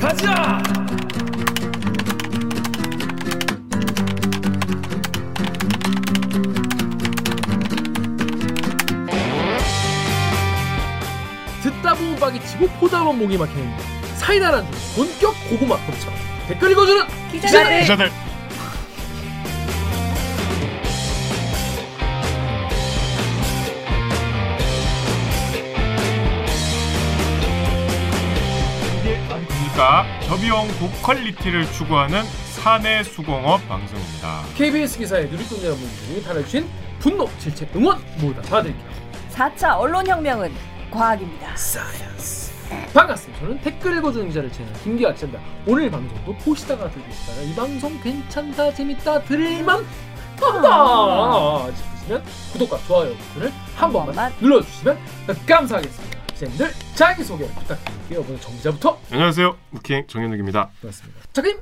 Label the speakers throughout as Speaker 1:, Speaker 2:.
Speaker 1: 가자! 듣다 보면 박이 치고 보다 보면 목이 막히는 사이다란 본격 고구마 콘서 댓글 읽어주는
Speaker 2: 네.
Speaker 1: 기자들!
Speaker 3: 기자들 이게 아닙니까? 저비용 고퀄리티를 추구하는 사내 수공업 방송입니다.
Speaker 1: KBS 기사의 누리꾼 여러분들이 달아주신 분노, 질책, 응원 모두 다 받아드릴게요
Speaker 4: 4차 언론혁명은 과학입니다.
Speaker 1: 사이언스 반갑습니다 저는 댓글 읽어주는 기자를 진행 김기아 기자입니다 오늘 방송도 보시다가 들으시다가 이 방송 괜찮다 재밌다 들을만 하다 싶으시면 구독과 좋아요 버튼을 한 번만
Speaker 4: 번만.
Speaker 1: 눌러주시면 감사하겠습니다 기자님들 자기소개 부탁드릴게요 먼저 정기자부터
Speaker 3: 안녕하세요. 우킹 정현욱입니다.
Speaker 1: 반갑습니다 작가님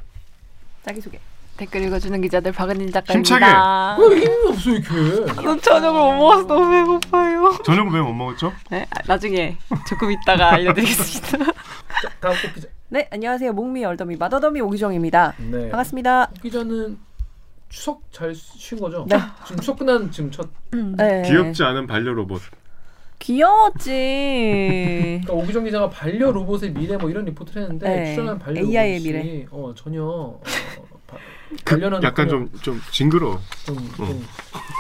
Speaker 4: 자기소개. 댓글 읽어주는 기자들 박은일
Speaker 2: 아.
Speaker 3: 작가입니다.
Speaker 1: 왜 힘이 없어 이렇게
Speaker 4: 저는 저녁을 못 먹어서 너무 배고파요.
Speaker 3: 저녁을 왜 못 먹었죠?
Speaker 4: 네, 아, 나중에 조금 이따가 알려드리겠습니다.
Speaker 1: 다음 곡 기자
Speaker 2: 네, 안녕하세요. 목미 얼더미 마더더미 오기정입니다.
Speaker 1: 네
Speaker 2: 반갑습니다.
Speaker 1: 곡 기자는 추석 잘 쉰 거죠?
Speaker 2: 네.
Speaker 1: 지금 추석 끝난 지금 첫
Speaker 2: 네.
Speaker 3: 귀엽지 않은 반려 로봇.
Speaker 2: 귀여웠지.
Speaker 1: 그러니까 오기정 기자가 반려 로봇의 미래 뭐 이런 리포트를 했는데
Speaker 2: 네.
Speaker 1: 출연한 반려
Speaker 2: AI 의
Speaker 1: 로봇이
Speaker 2: 미래.
Speaker 1: 어, 전혀 어, 바,
Speaker 3: 그
Speaker 1: 관련한
Speaker 3: 약간
Speaker 1: 그냥
Speaker 3: 좀 어. 좀 징그러.
Speaker 1: 좀, 좀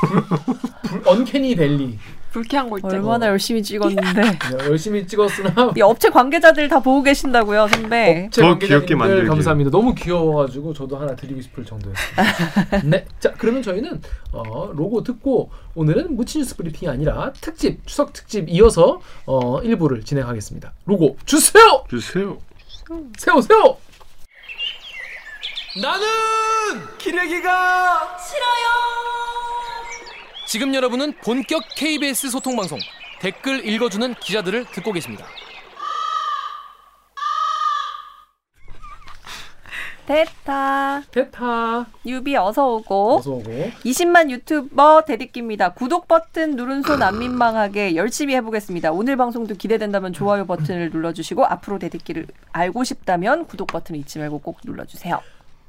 Speaker 1: 불, 불, 언캐니 벨리
Speaker 4: 불쾌한 거 있잖아.
Speaker 2: 얼마나 열심히 찍었는데.
Speaker 1: 그냥 열심히 찍었으나
Speaker 2: 이 업체 관계자들 다 보고 계신다고요, 선배.
Speaker 1: 업체
Speaker 3: 더
Speaker 1: 관계자님들
Speaker 3: 귀엽게 만들기.
Speaker 1: 감사합니다. 너무 귀여워가지고 저도 하나 드리고 싶을 정도였습니다. 네, 자 그러면 저희는 어, 로고 듣고 오늘은 무치뉴스 브리핑이 아니라 특집 추석 특집 이어서 어, 일부를 진행하겠습니다. 로고 주세요.
Speaker 3: 주세요.
Speaker 1: 세워 세워. 나는
Speaker 5: 기레기가
Speaker 1: 지금 여러분은 본격 KBS 소통 방송 댓글 읽어주는 기자들을 듣고 계십니다.
Speaker 2: 됐다.
Speaker 1: 대타
Speaker 2: 유비 어서 오고.
Speaker 1: 어서 오고
Speaker 2: 20만 유튜버 대디끼입니다. 구독 버튼 누른 손 안 민망하게 열심히 해보겠습니다. 오늘 방송도 기대된다면 좋아요 버튼을 눌러주시고 앞으로 대디끼를 알고 싶다면 구독 버튼 잊지 말고 꼭 눌러주세요.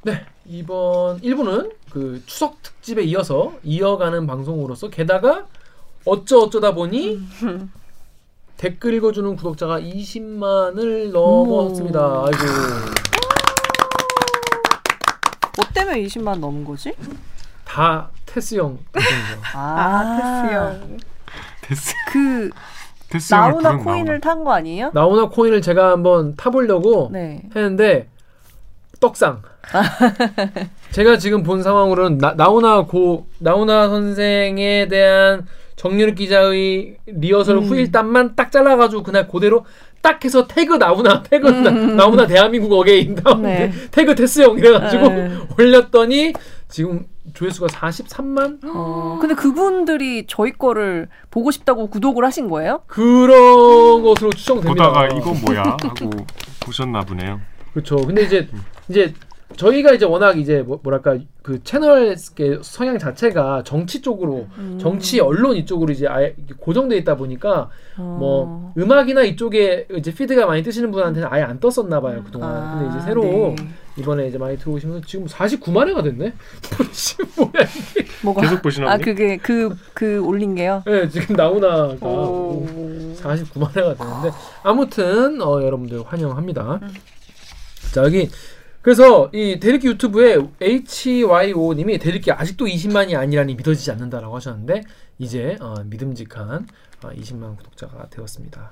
Speaker 1: 네 이번 1부는 그 추석 특집에 이어서 이어가는 방송으로서 게다가 어쩌 어쩌다 보니 댓글 읽어주는 구독자가 20만을 넘었습니다. 아이고
Speaker 2: 뭐 때문에 20만 넘은 거지?
Speaker 1: 다 테스 형 덕분이죠.
Speaker 2: 아,
Speaker 3: 데스
Speaker 2: 그
Speaker 3: 데스
Speaker 1: 아,
Speaker 3: 형을
Speaker 2: 나우나
Speaker 3: 부른
Speaker 2: 코인을 탄 거 아니에요?
Speaker 1: 나오나 코인을 제가 한번 타보려고
Speaker 2: 네.
Speaker 1: 했는데 떡상. 제가 지금 본 상황으로는 나, 나오나 고 나오나 선생에 대한 정유럽 기자의
Speaker 2: 음.
Speaker 1: 리허설 후일담만 딱 잘라가지고 그날 그대로 딱 해서 태그 나오나 태그 나, 오나 대한민국 어게인 다음에
Speaker 2: 음. 네.
Speaker 1: 태그 테스형 이래가지고
Speaker 2: 네.
Speaker 1: 올렸더니 지금 조회수가 43만
Speaker 2: 어, 근데 그분들이 저희 거를 보고 싶다고 구독을 하신 거예요? 음.
Speaker 1: 그런 것으로 추정됩니다.
Speaker 3: 보다가 이거 뭐야 하고 보셨나 보네요.
Speaker 1: 그렇죠. 근데 이제 이제 저희가 이제 워낙 이제 뭐- 뭐랄까 그 채널의 성향 자체가 정치 쪽으로 정치 언론 이쪽으로 이제 아예 이렇게 고정돼 있다 보니까
Speaker 2: 어.
Speaker 1: 뭐 음악이나 이쪽에 이제 피드가 많이 뜨시는 분한테는 아예 안 떴었나 봐요 그동안. 어,
Speaker 2: 아,
Speaker 1: 근데 이제 새로
Speaker 2: 네.
Speaker 1: 이번에 이제 많이 들어오시면서 지금 49만 회가 됐네. 지금 뭐야? 이게.
Speaker 2: 뭐가?
Speaker 3: 계속 보시나
Speaker 2: 아
Speaker 3: 보니?
Speaker 2: 그게 그 그 올린 게요.
Speaker 1: 네, 지금 나오나가
Speaker 2: 오.
Speaker 1: 49만 회가 되는데 아무튼 어, 여러분들 환영합니다. 자 여기 그래서 이 대리기 유튜브에 HYO 님이 대리기 아직도 20만이 아니라니 믿어지지 않는다라고 하셨는데 이제 어, 믿음직한 어, 20만 구독자가 되었습니다.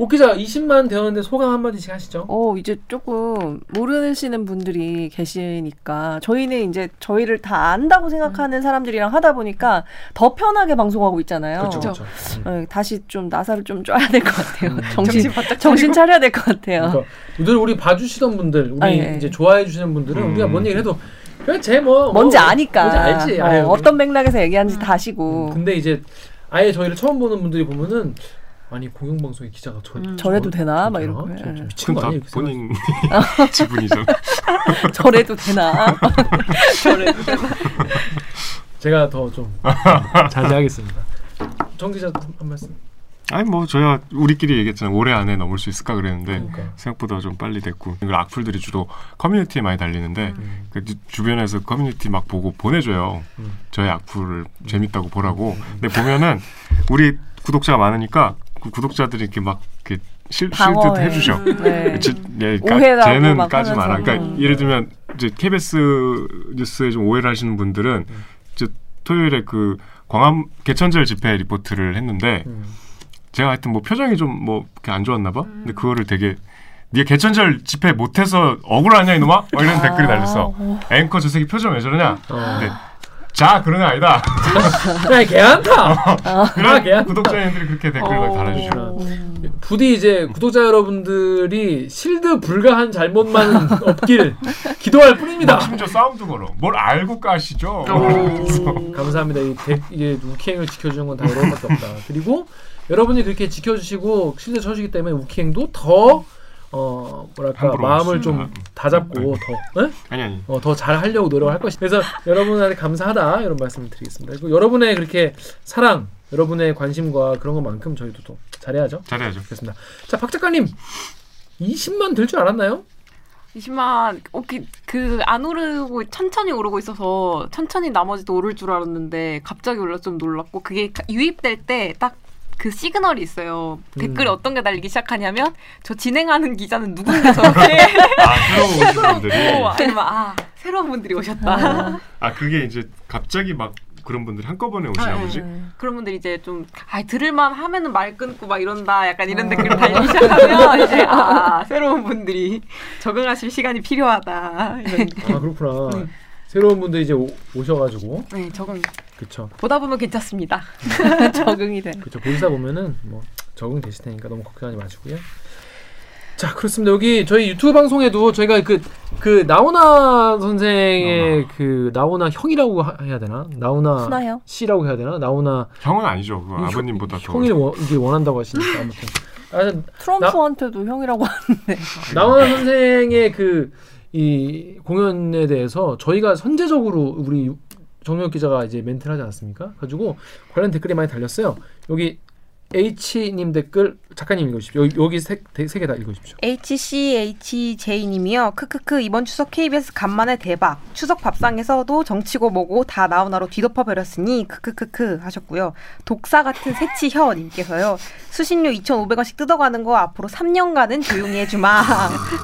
Speaker 1: 오키자 20만 되었는데 소감 한 마디씩 하시죠.
Speaker 2: 어 이제 조금 모르시는 분들이 계시니까 저희는 이제 저희를 다 안다고
Speaker 1: 음.
Speaker 2: 생각하는 사람들이랑 하다 보니까 더 편하게 방송하고 있잖아요.
Speaker 1: 그렇죠, 그렇죠.
Speaker 2: 어, 다시 좀 나사를 좀 쪄야 될 것 같아요.
Speaker 1: 음.
Speaker 2: 정신 정신 차려야 될 것 같아요.
Speaker 1: 그러니까 늘 우리 봐주시던 분들, 우리
Speaker 2: 아, 예.
Speaker 1: 이제 좋아해 주시는 분들은
Speaker 3: 음.
Speaker 1: 우리가 뭔 얘기를 해도 그냥 쟤뭐
Speaker 2: 뭔지 아니까.
Speaker 1: 뭔지 알지.
Speaker 2: 어,
Speaker 1: 아유, 음.
Speaker 2: 어떤 맥락에서 얘기하는지 다 아시고. 음,
Speaker 1: 근데 이제 아예 저희를 처음 보는 분들이 보면은 아니 공영방송의 기자가 저
Speaker 2: 음. 저래도 되나? 막 예.
Speaker 1: 저래나?
Speaker 2: 이런
Speaker 1: 저- 저 미친
Speaker 2: 거.
Speaker 3: 그건
Speaker 1: 거
Speaker 3: 다
Speaker 1: 아니야? 이렇게 생각하지.
Speaker 3: 본인 지분이잖아.
Speaker 2: 저래도 되나? 저래도 되나?
Speaker 1: 제가 더 좀 자제하겠습니다. 정 기자 한 말씀.
Speaker 3: 아니 뭐 저희가 우리끼리 얘기했잖아요. 올해 안에 넘을 수 있을까 그랬는데
Speaker 1: 그러니까.
Speaker 3: 생각보다 좀 빨리 됐고 그리고 악플들이 주로 커뮤니티에 많이 달리는데
Speaker 1: 음.
Speaker 3: 그 주- 주변에서 커뮤니티 막 보고 보내줘요.
Speaker 1: 음.
Speaker 3: 저희 악플을 재밌다고 보라고. 근데 보면은 우리 구독자가 많으니까 그 구독자들이 이렇게 막 이렇게 실, 실드
Speaker 2: 방어해.
Speaker 1: 음.
Speaker 3: 해주셔.
Speaker 2: 네.
Speaker 3: 지- 예, 그러니까
Speaker 2: 오해라고
Speaker 3: 쟤는
Speaker 2: 막
Speaker 3: 까지 마라.
Speaker 2: 하면서.
Speaker 3: 그러니까
Speaker 2: 음.
Speaker 3: 예를 들면 이제 KBS 뉴스에 좀 오해를 하시는 분들은
Speaker 1: 음.
Speaker 3: 이제 토요일에 그 광화문 개천절 집회 리포트를 했는데
Speaker 1: 음.
Speaker 3: 제가 하여튼 뭐 표정이 좀 뭐 이렇게 안 좋았나 봐. 근데 그거를 되게 네가 개천절 집회 못해서 억울하냐 이놈아? 막 이런 댓글이 달렸어. 앵커 저 새끼 표정 왜 저러냐?
Speaker 1: 어.
Speaker 3: 근데 자 그런 애 아니다.
Speaker 1: 야, 개안타. 아, 걔야?
Speaker 3: 그런 구독자님들이 그렇게 댓글을 막
Speaker 4: 어.
Speaker 3: 달아주셔.
Speaker 1: 부디 이제 구독자 여러분들이 실드 불가한 잘못만 없길 기도할 뿐입니다.
Speaker 3: 뭐
Speaker 1: 어.
Speaker 3: 심지어 싸움도 걸어. 뭘 알고 까시죠?
Speaker 1: 감사합니다. 이 대, 이게 우키행을 지켜주는 건 다 여러분밖에 없다. 그리고 여러분이 그렇게 지켜주시고 실드 쳐주기 때문에 우키행도 더 어, 뭐랄까
Speaker 3: 함부로 아,
Speaker 1: 마음을
Speaker 3: 없습니다.
Speaker 1: 좀 다잡고 더 응?
Speaker 3: 아니 아니.
Speaker 1: 어, 더 잘하려고 노력을 할 것이다. 그래서 여러분한테 감사하다 이런 말씀을 드리겠습니다. 그리고 여러분의 그렇게 사랑, 여러분의 관심과 그런 것만큼 저희도 또 잘해야죠.
Speaker 3: 잘해야죠.
Speaker 1: 그렇습니다. 자, 박 작가님. 20만 될 줄 알았나요?
Speaker 4: 20만 어, 그안 오르고 천천히 오르고 있어서 천천히 나머지도 오를 줄 알았는데 갑자기 올라 서좀 놀랐고 그게 가- 유입될 때 딱 그 시그널이 있어요.
Speaker 1: 음.
Speaker 4: 댓글에 어떤 게 달리기 시작하냐면 저 진행하는 기자는 누군데 저렇게
Speaker 3: 아 새로운 오신 분들이.
Speaker 4: 오, 아니면 아 새로운 분들이
Speaker 2: 어.
Speaker 4: 오셨다.
Speaker 3: 아 그게 이제 갑자기 막 그런 분들이 한꺼번에 오시나
Speaker 4: 아,
Speaker 2: 네.
Speaker 3: 보지?
Speaker 4: 그런 분들이 이제 좀 아, 들을만 하면은 말 끊고 막 이런다 약간 이런 댓글 달리기 시작하면 이제 아 새로운 분들이 적응하실 시간이 필요하다. 이런 느낌.
Speaker 1: 아, 그렇구나. 새로운 분들이 이제 오, 오셔가지고.
Speaker 4: 네 적응
Speaker 1: 그쵸.
Speaker 4: 보다 보면 괜찮습니다.
Speaker 2: 적응이 되는.
Speaker 1: 그쵸. 보시다 보면은 뭐 적응되실 테니까 너무 걱정하지 마시고요. 자, 그렇습니다. 여기 저희 유튜브 방송에도 저희가 그, 그, 나오나 선생의 그, 나오나 형이라고 하- 해야 되나? 나오나
Speaker 2: 순화요?
Speaker 1: 씨라고 해야 되나? 나오나
Speaker 3: 형은 아니죠. 그거
Speaker 1: 형-
Speaker 3: 아버님보다 더.
Speaker 1: 형이 원, 이게 원한다고 하시니까 아무튼 하여튼
Speaker 2: 트럼프한테도 형이라고 하는데.
Speaker 1: 나훈아 선생의 그 이 공연에 대해서 저희가 선제적으로 우리 정유혁 기자가 이제 멘트를 하지 않았습니까? 가지고 관련 댓글이 많이 달렸어요. 여기 H 님 댓글 작가님 읽으십시오. 여기, 여기 세개 다 읽으십시오.
Speaker 5: HCHJ님이요. 크크크 이번 추석 KBS 간만에 대박. 추석 밥상에서도 정치고 뭐고 다 나오나로 뒤덮어 버렸으니 크크크크 하셨고요. 독사 같은 새치혀님께서요. 수신료 2,500원씩 뜯어가는 거 앞으로 3년간은 조용히 해주마.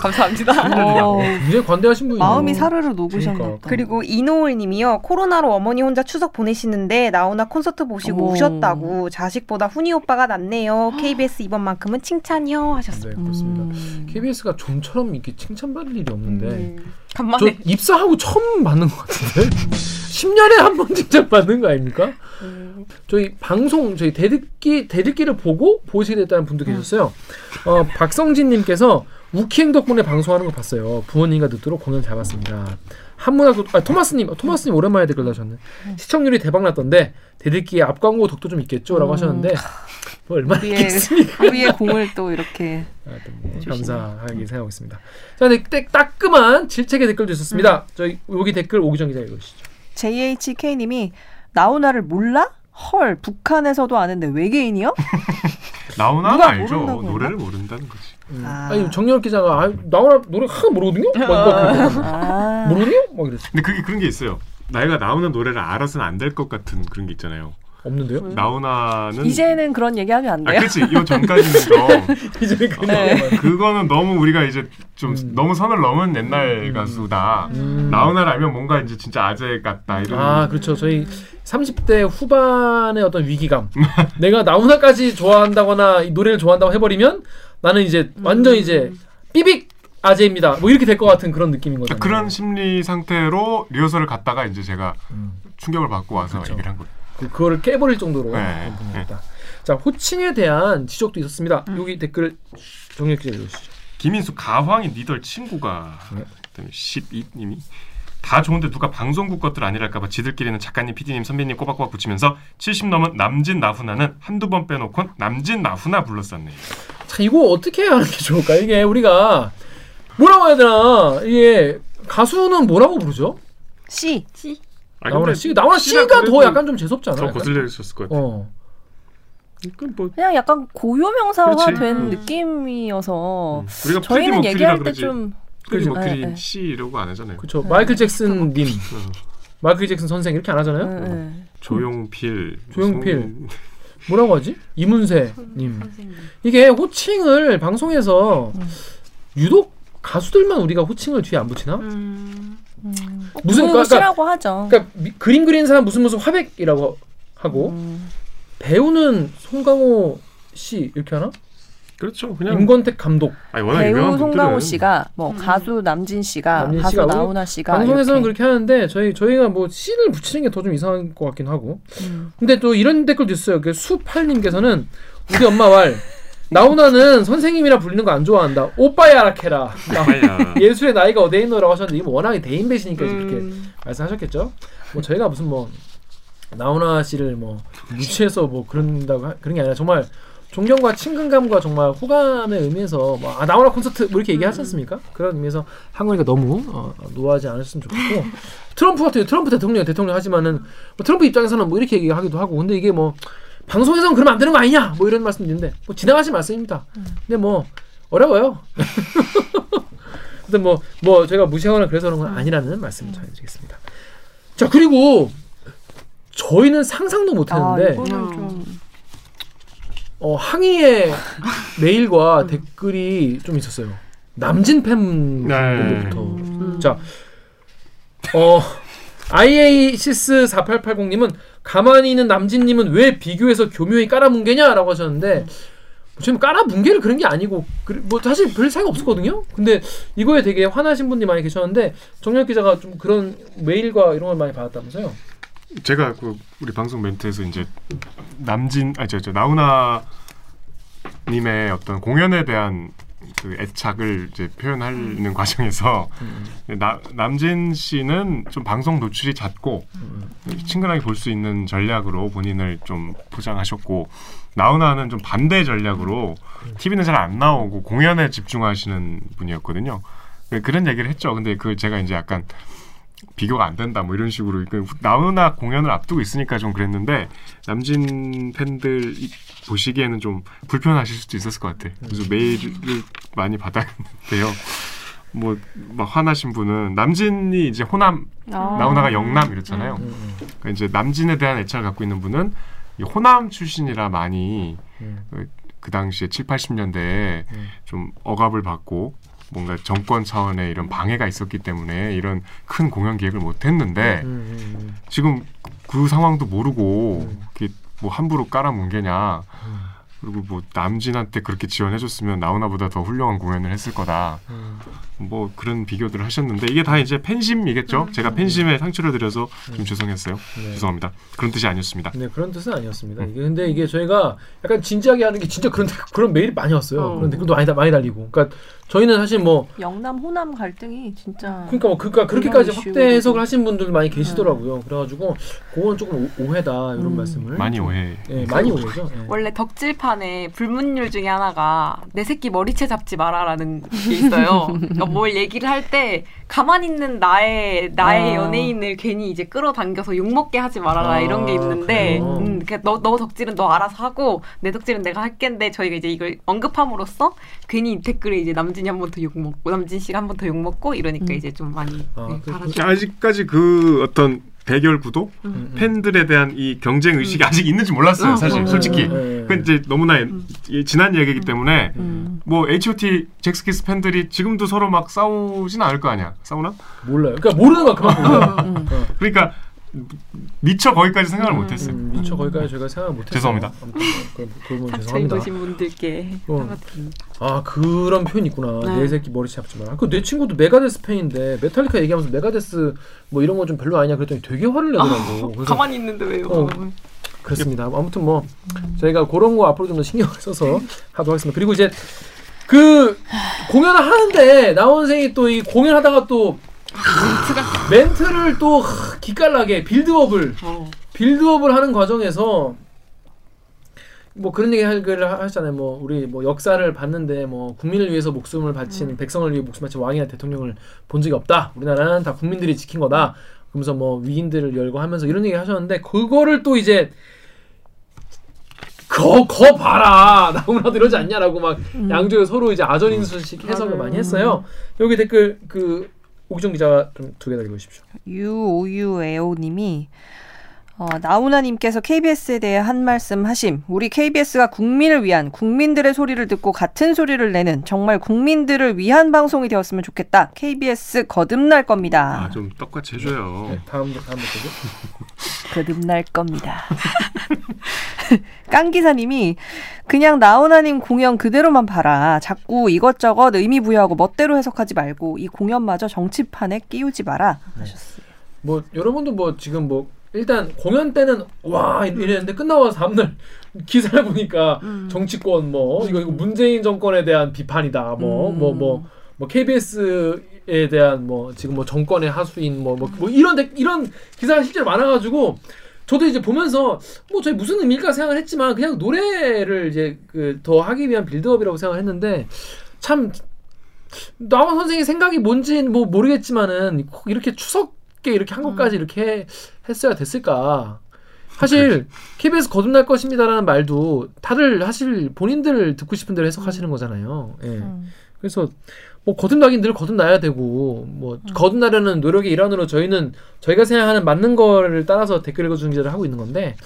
Speaker 5: 감사합니다. 오.
Speaker 1: 굉장히 관대하신 분이에요.
Speaker 2: 어. 마음이 사르르 녹으셨나
Speaker 1: 어. 그러니까.
Speaker 2: 보다.
Speaker 5: 그리고 이노을님이요 코로나로 어머니 혼자 추석 보내시는데 나오나 콘서트 보시고
Speaker 2: 어머.
Speaker 5: 우셨다고 자식보다 훈이 오빠가 낫네요 KBS 이번만큼은 칭찬이요
Speaker 1: 네,
Speaker 5: 하셨습니다.
Speaker 2: 음.
Speaker 1: 그렇습니다. KBS가 좀처럼 이렇게 칭찬받을 일이 없는데
Speaker 2: 네.
Speaker 4: 네.
Speaker 5: 음.
Speaker 1: 저
Speaker 4: 간만에
Speaker 1: 입사하고 처음 받는 것 같은데 10년에 한 번 직접 받는 거 아닙니까?
Speaker 2: 음.
Speaker 1: 저희 방송 저희 대듣기 대듣기를 보고 보시게 됐다는 분도 계셨어요.
Speaker 2: 음.
Speaker 1: 어, 박성진님께서 우키행 덕분에 방송하는 거 봤어요. 부모님과 늦도록 공연 잘 봤습니다. 한문학교 아 토마스님 어, 토마스님 오랜만에 댓글 다셨네.
Speaker 2: 음.
Speaker 1: 시청률이 대박 났던데 대들기에 앞 광고 덕도 좀 있겠죠라고 하셨는데 뭐 얼마나
Speaker 2: 음. 우리의-
Speaker 1: 있겠습니까?
Speaker 2: 우리의 공을 또 이렇게
Speaker 1: 하여튼 뭐 감사하게 생각하고 있습니다. 자, 근데 때- 따끔한 질책의 댓글도 있었습니다. 저희 여기 댓글 오기정 기자 읽으시죠.
Speaker 2: JHK님이 나훈아를 몰라? 헐 북한에서도 아는데 외계인이요?
Speaker 3: 나오나
Speaker 2: 누가
Speaker 3: 알죠.
Speaker 2: 모른다고 했나?
Speaker 3: 노래를 모른다는 거지.
Speaker 1: 음.
Speaker 2: 아.
Speaker 1: 아. 니 정연욱 기자가 아, 나오라 노래 하나 모르거든요. 막, 막 그러고.
Speaker 2: 아.
Speaker 1: 모르거든요. 막 그랬어.
Speaker 3: 근데 그게 그런 게 있어요. 나이가 나오는 노래를 알아서는 안 될 것 같은 그런 게 있잖아요.
Speaker 1: 없는데요?
Speaker 3: 음. 나오나는
Speaker 2: 음. 이제는 그런 얘기하면 안
Speaker 3: 아
Speaker 2: 돼요.
Speaker 3: 그렇지. 요 전까지는 좀
Speaker 1: 이제 그냥
Speaker 2: 네.
Speaker 3: 그거는 너무 우리가 이제 좀
Speaker 1: 음.
Speaker 3: 너무 선을 넘은 옛날 가수다.
Speaker 1: 음.
Speaker 3: 나오나를 알면 뭔가 이제 진짜 아재 같다 이런.
Speaker 1: 아 그렇죠. 저희 30대 후반의 어떤 위기감. 내가 나훈아까지 좋아한다거나 이 노래를 좋아한다고 해버리면 나는 이제 완전 이제 삐빅 아재입니다. 뭐 이렇게 될 것 같은 그런 느낌인 거죠.
Speaker 3: 아,
Speaker 2: 음.
Speaker 3: 그러니까 그런 심리 상태로 리허설을 갔다가 이제 제가
Speaker 2: 음.
Speaker 3: 충격을 받고 와서
Speaker 1: 그렇죠.
Speaker 3: 얘기를 한 거예요.
Speaker 1: 그, 그거를 깨버릴 정도로
Speaker 3: 네,
Speaker 1: 그런 분이
Speaker 3: 네.
Speaker 1: 있다. 자 호칭에 대한 지적도 있었습니다. 여기 댓글 정력 기자 읽으시죠.
Speaker 3: 김인수 가황이 니들 친구가
Speaker 1: 네.
Speaker 3: 12님이 다 좋은데 누가 방송국 것들 아니랄까봐 지들끼리는 작가님, PD님, 선배님 꼬박꼬박 붙이면서 70 넘은 남진 나훈아는 한두 번 빼놓고 남진 나훈아 불렀었네요.
Speaker 1: 자 이거 어떻게 해야 하는 게 좋을까? 이게 우리가 뭐라고 해야 되나? 이게 가수는 뭐라고 부르죠?
Speaker 5: C
Speaker 3: 아,
Speaker 1: 나훈아
Speaker 3: 근데
Speaker 1: 씨, 나훈아
Speaker 3: 씨라
Speaker 1: 씨가 더 어.
Speaker 3: 그래도
Speaker 1: 약간 좀 재수없지 않아?
Speaker 3: 더 거슬려 있었을 것 같아요.
Speaker 1: 어.
Speaker 3: 그럼 뭐
Speaker 2: 그냥 약간 고유명사화
Speaker 3: 그렇지.
Speaker 2: 된
Speaker 3: 음.
Speaker 2: 느낌이어서
Speaker 3: 음. 우리가 프레디
Speaker 2: 저희는
Speaker 3: 머큐리라
Speaker 2: 얘기할
Speaker 3: 그러지.
Speaker 2: 때좀
Speaker 3: 프레디
Speaker 1: 그죠.
Speaker 2: 네, 네.
Speaker 3: 머큐리 씨 이러고 안 하잖아요.
Speaker 1: 그렇죠. 마이클 잭슨 님,
Speaker 3: 어.
Speaker 1: 마이클 잭슨 선생 이렇게 안
Speaker 2: 음,
Speaker 1: 하잖아요.
Speaker 3: 조용필.
Speaker 1: 조용필.
Speaker 3: 무슨-
Speaker 1: 뭐라고 하지? 이문세 님.
Speaker 4: 선생님.
Speaker 1: 이게 호칭을 방송에서 유독 가수들만 우리가 호칭을 뒤에 안 붙이나?
Speaker 4: 음.
Speaker 3: 어.
Speaker 2: 어,
Speaker 1: 무슨- 그러니까-
Speaker 2: 무시라고 하죠.
Speaker 1: 그러니까 미- 그림 그리는 사람 무슨 무슨 화백이라고 하고
Speaker 2: 음.
Speaker 1: 배우는 송강호 씨 이렇게 하나?
Speaker 3: 그렇죠. 그냥
Speaker 1: 임권택 감독.
Speaker 3: 아니, 워낙
Speaker 2: 배우
Speaker 3: 유명한
Speaker 2: 송강호
Speaker 3: 분들은
Speaker 2: 씨가 뭐
Speaker 4: 음.
Speaker 2: 가수 남진 씨가
Speaker 1: 남진
Speaker 2: 가수
Speaker 1: 씨가
Speaker 2: 나훈아 씨가
Speaker 1: 방송에서는
Speaker 2: 그러니까 이렇게.
Speaker 1: 그렇게 하는데 저희 저희가 뭐 씨를 붙이는 게 더 좀 이상한 것 같긴 하고.
Speaker 2: 음.
Speaker 1: 근데 또 이런 댓글도 있어요. 그 수팔님께서는 우리 엄마 왈 나훈아는 선생님이라 불리는 거 안 좋아한다. 오빠야 라케라. 나-
Speaker 3: 아야.
Speaker 1: 예술의 나이가 어디에 있노라고 하셨는데 이거 워낙에 대인 배시니까 이제 그렇게
Speaker 4: 음.
Speaker 1: 말씀하셨겠죠. 뭐 저희가 무슨 뭐 나훈아 씨를 뭐 유치해서 뭐 그런다고 하- 그런 게 아니라 정말 존경과 친근감과 정말 호감의 의미에서 뭐 아, 나훈아 콘서트 뭐 이렇게
Speaker 2: 음.
Speaker 1: 얘기하지 않습니까? 그런 의미에서 한국이가 너무 어, 노하지 않았으면 좋겠고 트럼프 같은 트럼프 대통령 대통령 하지만은 뭐 트럼프 입장에서는 뭐 이렇게 얘기하기도 하고 근데 이게 뭐 방송에서는 그러면 안 되는 거 아니냐 뭐 이런 말씀도 있는데 뭐 지나가신 말씀입니다.
Speaker 2: 음.
Speaker 1: 근데 뭐 어려워요. 근데 뭐, 뭐 제가 무시하거나 그래서 그런
Speaker 2: 음.
Speaker 1: 건 아니라는 말씀을 전해드리겠습니다. 자 그리고 저희는 상상도
Speaker 2: 아,
Speaker 1: 못했는데
Speaker 2: 이거는
Speaker 4: 음.
Speaker 2: 좀
Speaker 1: 어, 항의의 메일과 댓글이 좀 있었어요. 남진 팬분들부터 자 어. IA시스 4880님은 가만히 있는 남진님은 왜 비교해서 교묘히 깔아뭉개냐라고 하셨는데 지금 깔아뭉개를 그런 게 아니고 그- 뭐 사실 별 차이가 없었거든요. 근데 이거에 되게 화나신 분들이 많이 계셨는데 정혁 기자가 좀 그런 메일과 이런 걸 많이 받았다면서요.
Speaker 3: 제가 그 우리 방송 멘트에서 이제 남진 아저 저 나훈아 님의 어떤 공연에 대한 그 애착을 이제 표현하는 과정에서 나, 남진 씨는 좀 방송 노출이 잦고 친근하게 볼 수 있는 전략으로 본인을 좀 포장하셨고 나훈아는 좀 반대 전략으로 TV는 잘 안 나오고 공연에 집중하시는 분이었거든요. 네, 그런 얘기를 했죠. 근데 그걸 제가 이제 약간 비교가 안 된다 뭐 이런 식으로 그 나훈아 공연을 앞두고 있으니까 좀 그랬는데 남진 팬들 이- 보시기에는 좀 불편하실 수도 있었을 것 같아. 그래서 메일을 많이 받았는데요. 뭐 막 화나신 분은 남진이 이제 호남 나훈아가 영남 이렇잖아요.
Speaker 1: 음,
Speaker 3: 그러니까 이제 남진에 대한 애착을 갖고 있는 분은 이 호남 출신이라 많이
Speaker 1: 음,
Speaker 3: 그 당시에 7, 80년대에
Speaker 1: 음.
Speaker 3: 좀 억압을 받고 뭔가 정권 차원의 이런 방해가 있었기 때문에 이런 큰 공연 계획을 못 했는데
Speaker 1: 음, 음, 음.
Speaker 3: 지금 그 상황도 모르고
Speaker 1: 음.
Speaker 3: 이렇게 뭐 함부로 깔아뭉개냐
Speaker 1: 음.
Speaker 3: 그리고 뭐 남진한테 그렇게 지원해줬으면 나훈아보다 더 훌륭한 공연을 했을 거다
Speaker 1: 음.
Speaker 3: 뭐 그런 비교들을 하셨는데 이게 다 이제 팬심이겠죠 제가 팬심에 상처를 드려서 좀 죄송했어요
Speaker 1: 네.
Speaker 3: 죄송합니다 그런 뜻이 아니었습니다
Speaker 1: 네 그런 뜻은 아니었습니다.
Speaker 3: 음.
Speaker 1: 이게 근데 이게 저희가 약간 진지하게 하는 게 진짜 그런 댓글- 그런 메일이 많이 왔어요.
Speaker 4: 어.
Speaker 1: 그런 댓글도 많이 다- 많이 달리고. 그러니까 저희는 사실 뭐
Speaker 2: 영남 호남 갈등이 진짜
Speaker 1: 그러니까 뭐 그니까 그렇게까지
Speaker 2: 이슈.
Speaker 1: 확대 해석을 하신 분들 많이 계시더라고요. 그래가지고 그건 조금 오- 오해다 이런
Speaker 2: 음.
Speaker 1: 말씀을
Speaker 3: 많이 오해
Speaker 1: 예 많이 오해죠. 예.
Speaker 4: 원래 덕질판에 불문율 중에 하나가 내 새끼 머리채 잡지 마라라는 게 있어요. 그러니까 뭘 얘기를 할 때 가만히 있는 나의 나의
Speaker 2: 아.
Speaker 4: 연예인을 괜히 이제 끌어당겨서 욕 먹게 하지 말아라
Speaker 1: 아,
Speaker 4: 이런 게 있는데,
Speaker 1: 그래요?
Speaker 4: 음, 그러니까 너, 너 덕질은 너 알아서 하고 내 덕질은 내가 할 겐데 저희가 이제 이걸 언급함으로써 괜히 댓글에 이제 남진이 한 번 더 욕 먹고 남진 씨가 한 번 더 욕 먹고 이러니까 이제 좀 많이
Speaker 1: 아,
Speaker 4: 네,
Speaker 1: 그렇군요.
Speaker 4: 갈아주-
Speaker 3: 아직까지 그 어떤 대결 구도
Speaker 1: 음, 음.
Speaker 3: 팬들에 대한 이 경쟁 의식이 아직 있는지 몰랐어요 사실
Speaker 4: 음.
Speaker 3: 솔직히
Speaker 1: 예, 예.
Speaker 3: 그건 이제 너무나 이- 지난 얘기이기 때문에
Speaker 2: 음.
Speaker 3: 뭐 H.O.T. 잭스키스 팬들이 지금도 서로 막 싸우진 않을 거 아니야 싸우나?
Speaker 1: 몰라요. 그러니까 모르는 만큼 몰라요.
Speaker 3: 그러니까 미처 거기까지 생각을 못했어요.
Speaker 1: 음, 미처 거기까지 저희가 생각 못 했어요.
Speaker 3: 죄송합니다.
Speaker 1: 아무튼 뭐 그럼 그러면
Speaker 4: 상처
Speaker 1: 죄송합니다.
Speaker 4: 입으신 분들께
Speaker 1: 어.
Speaker 4: 사과드립니다.
Speaker 1: 아 그런 표현 이 있구나.
Speaker 4: 네.
Speaker 1: 내 새끼 머리 잡지 마라. 그 내 친구도 메가데스 팬인데 메탈리카 얘기하면서 메가데스 뭐 이런 거 좀 별로 아니냐 그랬더니 되게 화를 내더라고. 그래서
Speaker 4: 가만히 있는데 왜요?
Speaker 1: 어. 그렇습니다. 아무튼 뭐 저희가 그런 거 앞으로 좀 더 신경 을 써서 하도록 하겠습니다. 그리고 이제 그 공연을 하는데 나원생이 또 이 공연하다가 또 멘트를 또 하, 기깔나게 빌드업을
Speaker 4: 어.
Speaker 1: 빌드업을 하는 과정에서 뭐 그런 얘기 할- 글을 하- 하시잖아요. 뭐 우리 뭐 역사를 봤는데 뭐 국민을 위해서 목숨을 바친
Speaker 4: 음.
Speaker 1: 백성을 위해 목숨 바친 왕이나 대통령을 본 적이 없다. 우리나라는 다 국민들이 지킨 거다. 그러면서 뭐 위인들을 열고 하면서 이런 얘기 하셨는데 그거를 또 이제 거, 거 봐라. 나훈아도 이러지 않냐라고 막 양쪽에 서로 이제 아전인수식 해석을
Speaker 4: 음. 맞아요.
Speaker 1: 많이 했어요. 여기 댓글 그 오기정 기자가 좀 두 개 다 읽어주십시오.
Speaker 2: 유오유에오님이 어, 나훈아님께서 KBS에 대해 한 말씀 하심. 우리 KBS가 국민을 위한 국민들의 소리를 듣고 같은 소리를 내는 정말 국민들을 위한 방송이 되었으면 좋겠다. KBS 거듭날 겁니다.
Speaker 3: 아좀 똑같이 해줘요.
Speaker 1: 네, 다음 다음 댓글.
Speaker 2: 거듭날 겁니다. 깡기사님이 그냥 나훈아님 공연 그대로만 봐라. 자꾸 이것저것 의미 부여하고 멋대로 해석하지 말고 이 공연마저 정치판에 끼우지 마라. 하셨어요.
Speaker 1: 뭐 여러분도 뭐 지금 뭐 일단 공연 때는 와 이랬는데 끝나고 나서 다음날 기사를 보니까 정치권 뭐 이거 이거 문재인 정권에 대한 비판이다 뭐 뭐 뭐 뭐 KBS에 대한 뭐 지금 뭐 정권의 하수인 뭐 뭐 이런 댓- 이런 기사가 실제로 많아가지고 저도 이제 보면서 뭐 저게 무슨 의미일까 생각을 했지만 그냥 노래를 이제 그 더 하기 위한 빌드업이라고 생각을 했는데 참 나원 선생의 생각이 뭔지 뭐 모르겠지만은 꼭 이렇게 추석에 이렇게 한
Speaker 4: 음.
Speaker 1: 것까지 이렇게 했어야 됐을까. 사실 KBS 거듭날 것입니다라는 말도 다들 사실 본인들 듣고 싶은 대로
Speaker 4: 음.
Speaker 1: 해석하시는 거잖아요. 예. 그래서 뭐 거듭나긴 늘 거듭나야 되고 뭐
Speaker 4: 음.
Speaker 1: 거듭나려는 노력의 일환으로 저희는 저희가 생각하는 맞는 거를 따라서 댓글 읽어주는 기자를 하고 있는 건데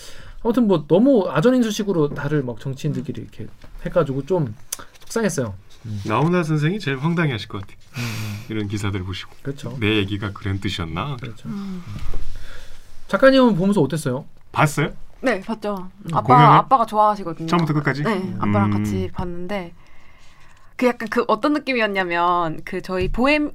Speaker 1: 아무튼 뭐 너무 아전인수식으로 다들 막 정치인들끼리 이렇게 해가지고 좀 속상했어요.
Speaker 3: 나훈아 선생이 제일 황당해하실 것 같아. 요
Speaker 1: 음,
Speaker 3: 이런 기사들 보시고
Speaker 1: 그렇죠.
Speaker 3: 내 얘기가 그런 뜻이었나?
Speaker 1: 그렇죠.
Speaker 4: 음.
Speaker 1: 작가님은 보면서 어땠어요?
Speaker 3: 봤어요?
Speaker 4: 네, 봤죠. 아빠
Speaker 3: 공연을?
Speaker 4: 아빠가 좋아하시거든요.
Speaker 3: 처음부터 끝까지?
Speaker 4: 네, 아빠랑
Speaker 3: 음.
Speaker 4: 같이 봤는데 그 약간 그 어떤 느낌이었냐면 그 저희 보헤미안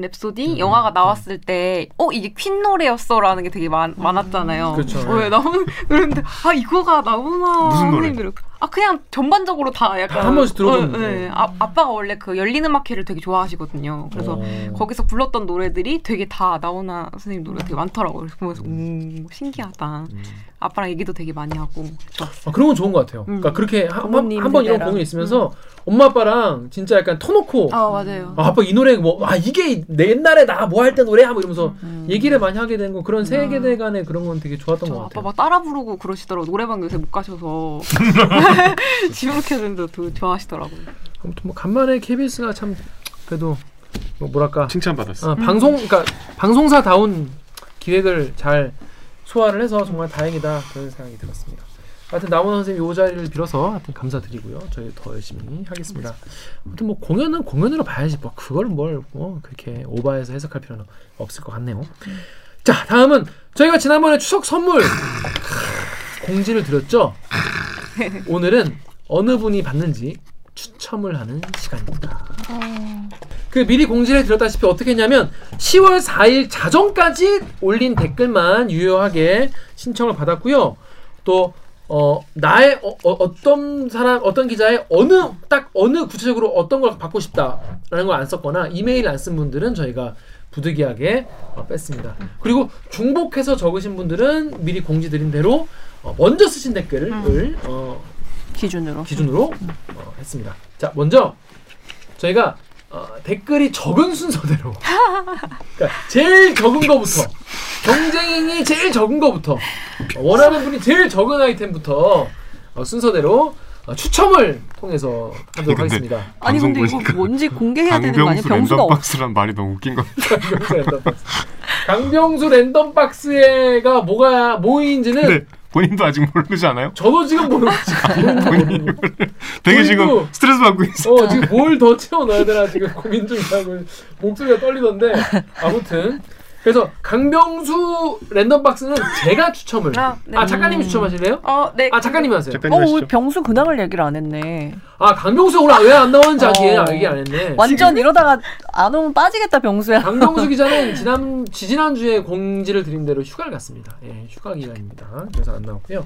Speaker 4: 랩소디
Speaker 3: 음.
Speaker 4: 영화가 나왔을 때 어 이게 퀸 노래였어라는 게 되게 많, 많았잖아요.
Speaker 1: 그렇죠.
Speaker 4: 어, 왜 나온 그런데 아 이거가 나오나
Speaker 3: 무슨 노래?
Speaker 4: 선생님들. 아 그냥 전반적으로 다 약간
Speaker 1: 다한 번씩 들어보는
Speaker 4: 어, 네.
Speaker 1: 거.
Speaker 4: 아, 아빠가 원래 그 열린 음악회를 되게 좋아하시거든요. 그래서
Speaker 1: 어.
Speaker 4: 거기서 불렀던 노래들이 되게 다 나오나 선생님 노래 되게 많더라고요. 그래서 보면서
Speaker 5: 음.
Speaker 4: 오 신기하다. 아빠랑 얘기도 되게 많이 하고 좋았어요.
Speaker 1: 아, 그런 건 좋은 것 같아요. 그러니까 그렇게 한번
Speaker 2: 부모님
Speaker 1: 한번 이런
Speaker 2: 세대랑.
Speaker 1: 공연 이 있으면서 엄마 아빠랑 진짜 약간 터놓고
Speaker 2: 어,
Speaker 4: 아
Speaker 5: 음.
Speaker 4: 맞아요.
Speaker 1: 아, 아빠 이 노래 뭐 아 이게 내 옛날에 나 뭐 할 때 노래야 뭐 이러면서 얘기를 많이 하게 된 거 그런 세계대 간의 그런 건 되게 좋았던
Speaker 4: 저
Speaker 1: 것
Speaker 4: 아빠
Speaker 1: 같아요.
Speaker 4: 막 따라 부르고 그러시더라고 노래방 요새 못 가셔서 지불켰는데 도 좋아하시더라고요.
Speaker 1: 아무튼 뭐 간만에 KBS가 참 그래도 뭐 뭐랄까
Speaker 3: 칭찬받았어.
Speaker 1: 아, 방송 그러니까 방송사다운 기획을 잘 소화를 해서 정말 다행이다 그런 생각이 들었습니다. 하여튼 남원 선생님 이 자리를 빌어서 하여튼 감사드리고요. 저희 더 열심히 하겠습니다. 아무튼 뭐 공연은 공연으로 봐야지 뭐 그걸 뭘뭐 그렇게 오바해서 해석할 필요는 없을 것 같네요. 자 다음은 저희가 지난번에 추석 선물 공지를 드렸죠. 오늘은 어느 분이 받는지 추첨을 하는 시간입니다. 그 미리 공지를 드렸다시피 어떻게 했냐면 10월 4일 자정까지 올린 댓글만 유효하게 신청을 받았고요. 또 어, 나의 어, 떤 사람 어떤 기자의 어느 딱 어느 구체적으로 어떤 걸 받고 싶다라는 걸 안 썼거나 이메일 안 쓴 분들은 저희가 부득이하게 어, 뺐습니다. 그리고 중복해서 적으신 분들은 미리 공지 드린 대로 어, 먼저 쓰신 댓글을 어,
Speaker 2: 기준으로.
Speaker 1: 기준으로 어, 했습니다. 자, 먼저 저희가 어, 댓글이 적은 순서대로 그러니까 제일 적은 거부터 경쟁이 제일 적은 거부터 어, 원하는 분이 제일 적은 아이템부터 어, 순서대로 어, 추첨을 통해서 하도록
Speaker 3: 근데
Speaker 1: 하겠습니다.
Speaker 2: 아니 근데
Speaker 3: 방송
Speaker 2: 이거
Speaker 3: 보니까
Speaker 2: 뭔지 공개해야 되는 거 아니야?
Speaker 3: 강병수
Speaker 2: 병수가 없.
Speaker 3: 랜덤박스란 말이 너무 웃긴 거. 같아.
Speaker 1: 강병수 그러니까 랜덤박스. 강병수 랜덤박스가 뭐가 뭐인지는
Speaker 3: 근데 본인도 아직 모르지 않아요?
Speaker 1: 저도 지금 모르고 지금
Speaker 3: 되게
Speaker 1: 본인도-
Speaker 3: 지금 스트레스 받고 있어.
Speaker 1: 어 지금 뭘 더 채워 넣어야 되나 지금 고민 중이라고 목소리가 떨리던데 아무튼 그래서 강병수 랜덤 박스는 제가 추첨을 아,
Speaker 4: 아, 네.
Speaker 1: 작가님이 추첨하실래요?
Speaker 4: 어, 네.
Speaker 1: 아 작가님이 하세요.
Speaker 2: 어,
Speaker 3: 작가님
Speaker 2: 우리
Speaker 3: 하시죠.
Speaker 2: 병수 근황을 얘기를 안 했네.
Speaker 1: 아 강병수 오늘 왜안 나오는지 아직
Speaker 2: 어.
Speaker 1: 얘기 안 했네.
Speaker 2: 완전 이러다가 안 오면 빠지겠다 병수야.
Speaker 1: 강병수 기자는 지난 지지난 주에 공지를 드린 대로 휴가를 갔습니다. 예, 휴가 기간입니다. 그래서 안 나왔고요.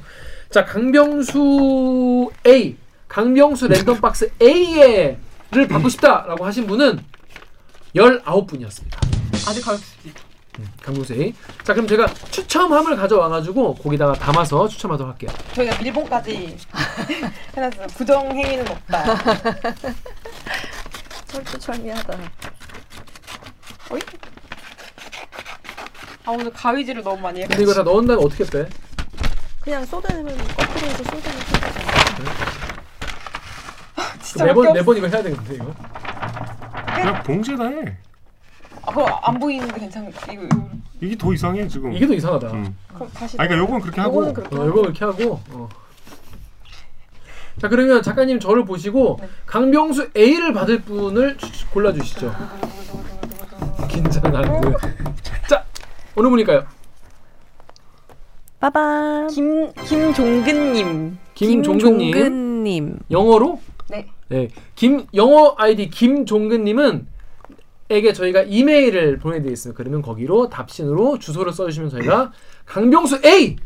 Speaker 1: 자, 강병수 A, 강병수 랜덤 박스 A를 받고 싶다라고 하신 분은 19분이었습니다. 음,
Speaker 4: 아직 가고 싶지.
Speaker 1: 강병수 A. 자, 그럼 제가 추첨함을 가져와 가지고 거기다가 담아서 추첨하도록 할게요.
Speaker 5: 저희가 일본까지 해놨어요. 부정 행위는 없다.
Speaker 2: 철두철미하다.
Speaker 4: 아 오늘 가위질을 너무 많이 해.
Speaker 1: 근데 이거 다 넣은 다음에 어떻게 빼?
Speaker 2: 그냥 쏟아내면 거꾸로 해서 쏟아내면
Speaker 5: 진짜
Speaker 1: 네. 매번
Speaker 5: 밖에
Speaker 1: 매번 이거 해야 되겠는데 이거.
Speaker 3: 그냥 봉제다 해.
Speaker 4: 아,
Speaker 5: 없- 그거 안 보이는데 괜찮을까? 이거, 이거
Speaker 3: 이게 더 이상해 지금.
Speaker 1: 이게 더 이상하다.
Speaker 3: 음.
Speaker 5: 그럼 다시.
Speaker 3: 아, 그러니까 요건 그렇게 하고.
Speaker 5: 요거는 그렇게
Speaker 1: 어,
Speaker 5: 하고.
Speaker 1: 이거 이렇게 하고. 어. 자 그러면 작가님 저를 보시고 강병수 A를 받을 분을 골라 주시죠. 긴장
Speaker 5: 어?
Speaker 1: 안 돼. 자 어느 분일까요?
Speaker 2: 빠밤.
Speaker 5: 김 김종근님.
Speaker 1: 김종근님.
Speaker 2: 김종근님.
Speaker 1: 영어로?
Speaker 5: 네.
Speaker 1: 네. 김 영어 아이디 김종근님은 에게 저희가 이메일을 보내드리겠습니다. 그러면 거기로 답신으로 주소를 써주시면 저희가 강병수 A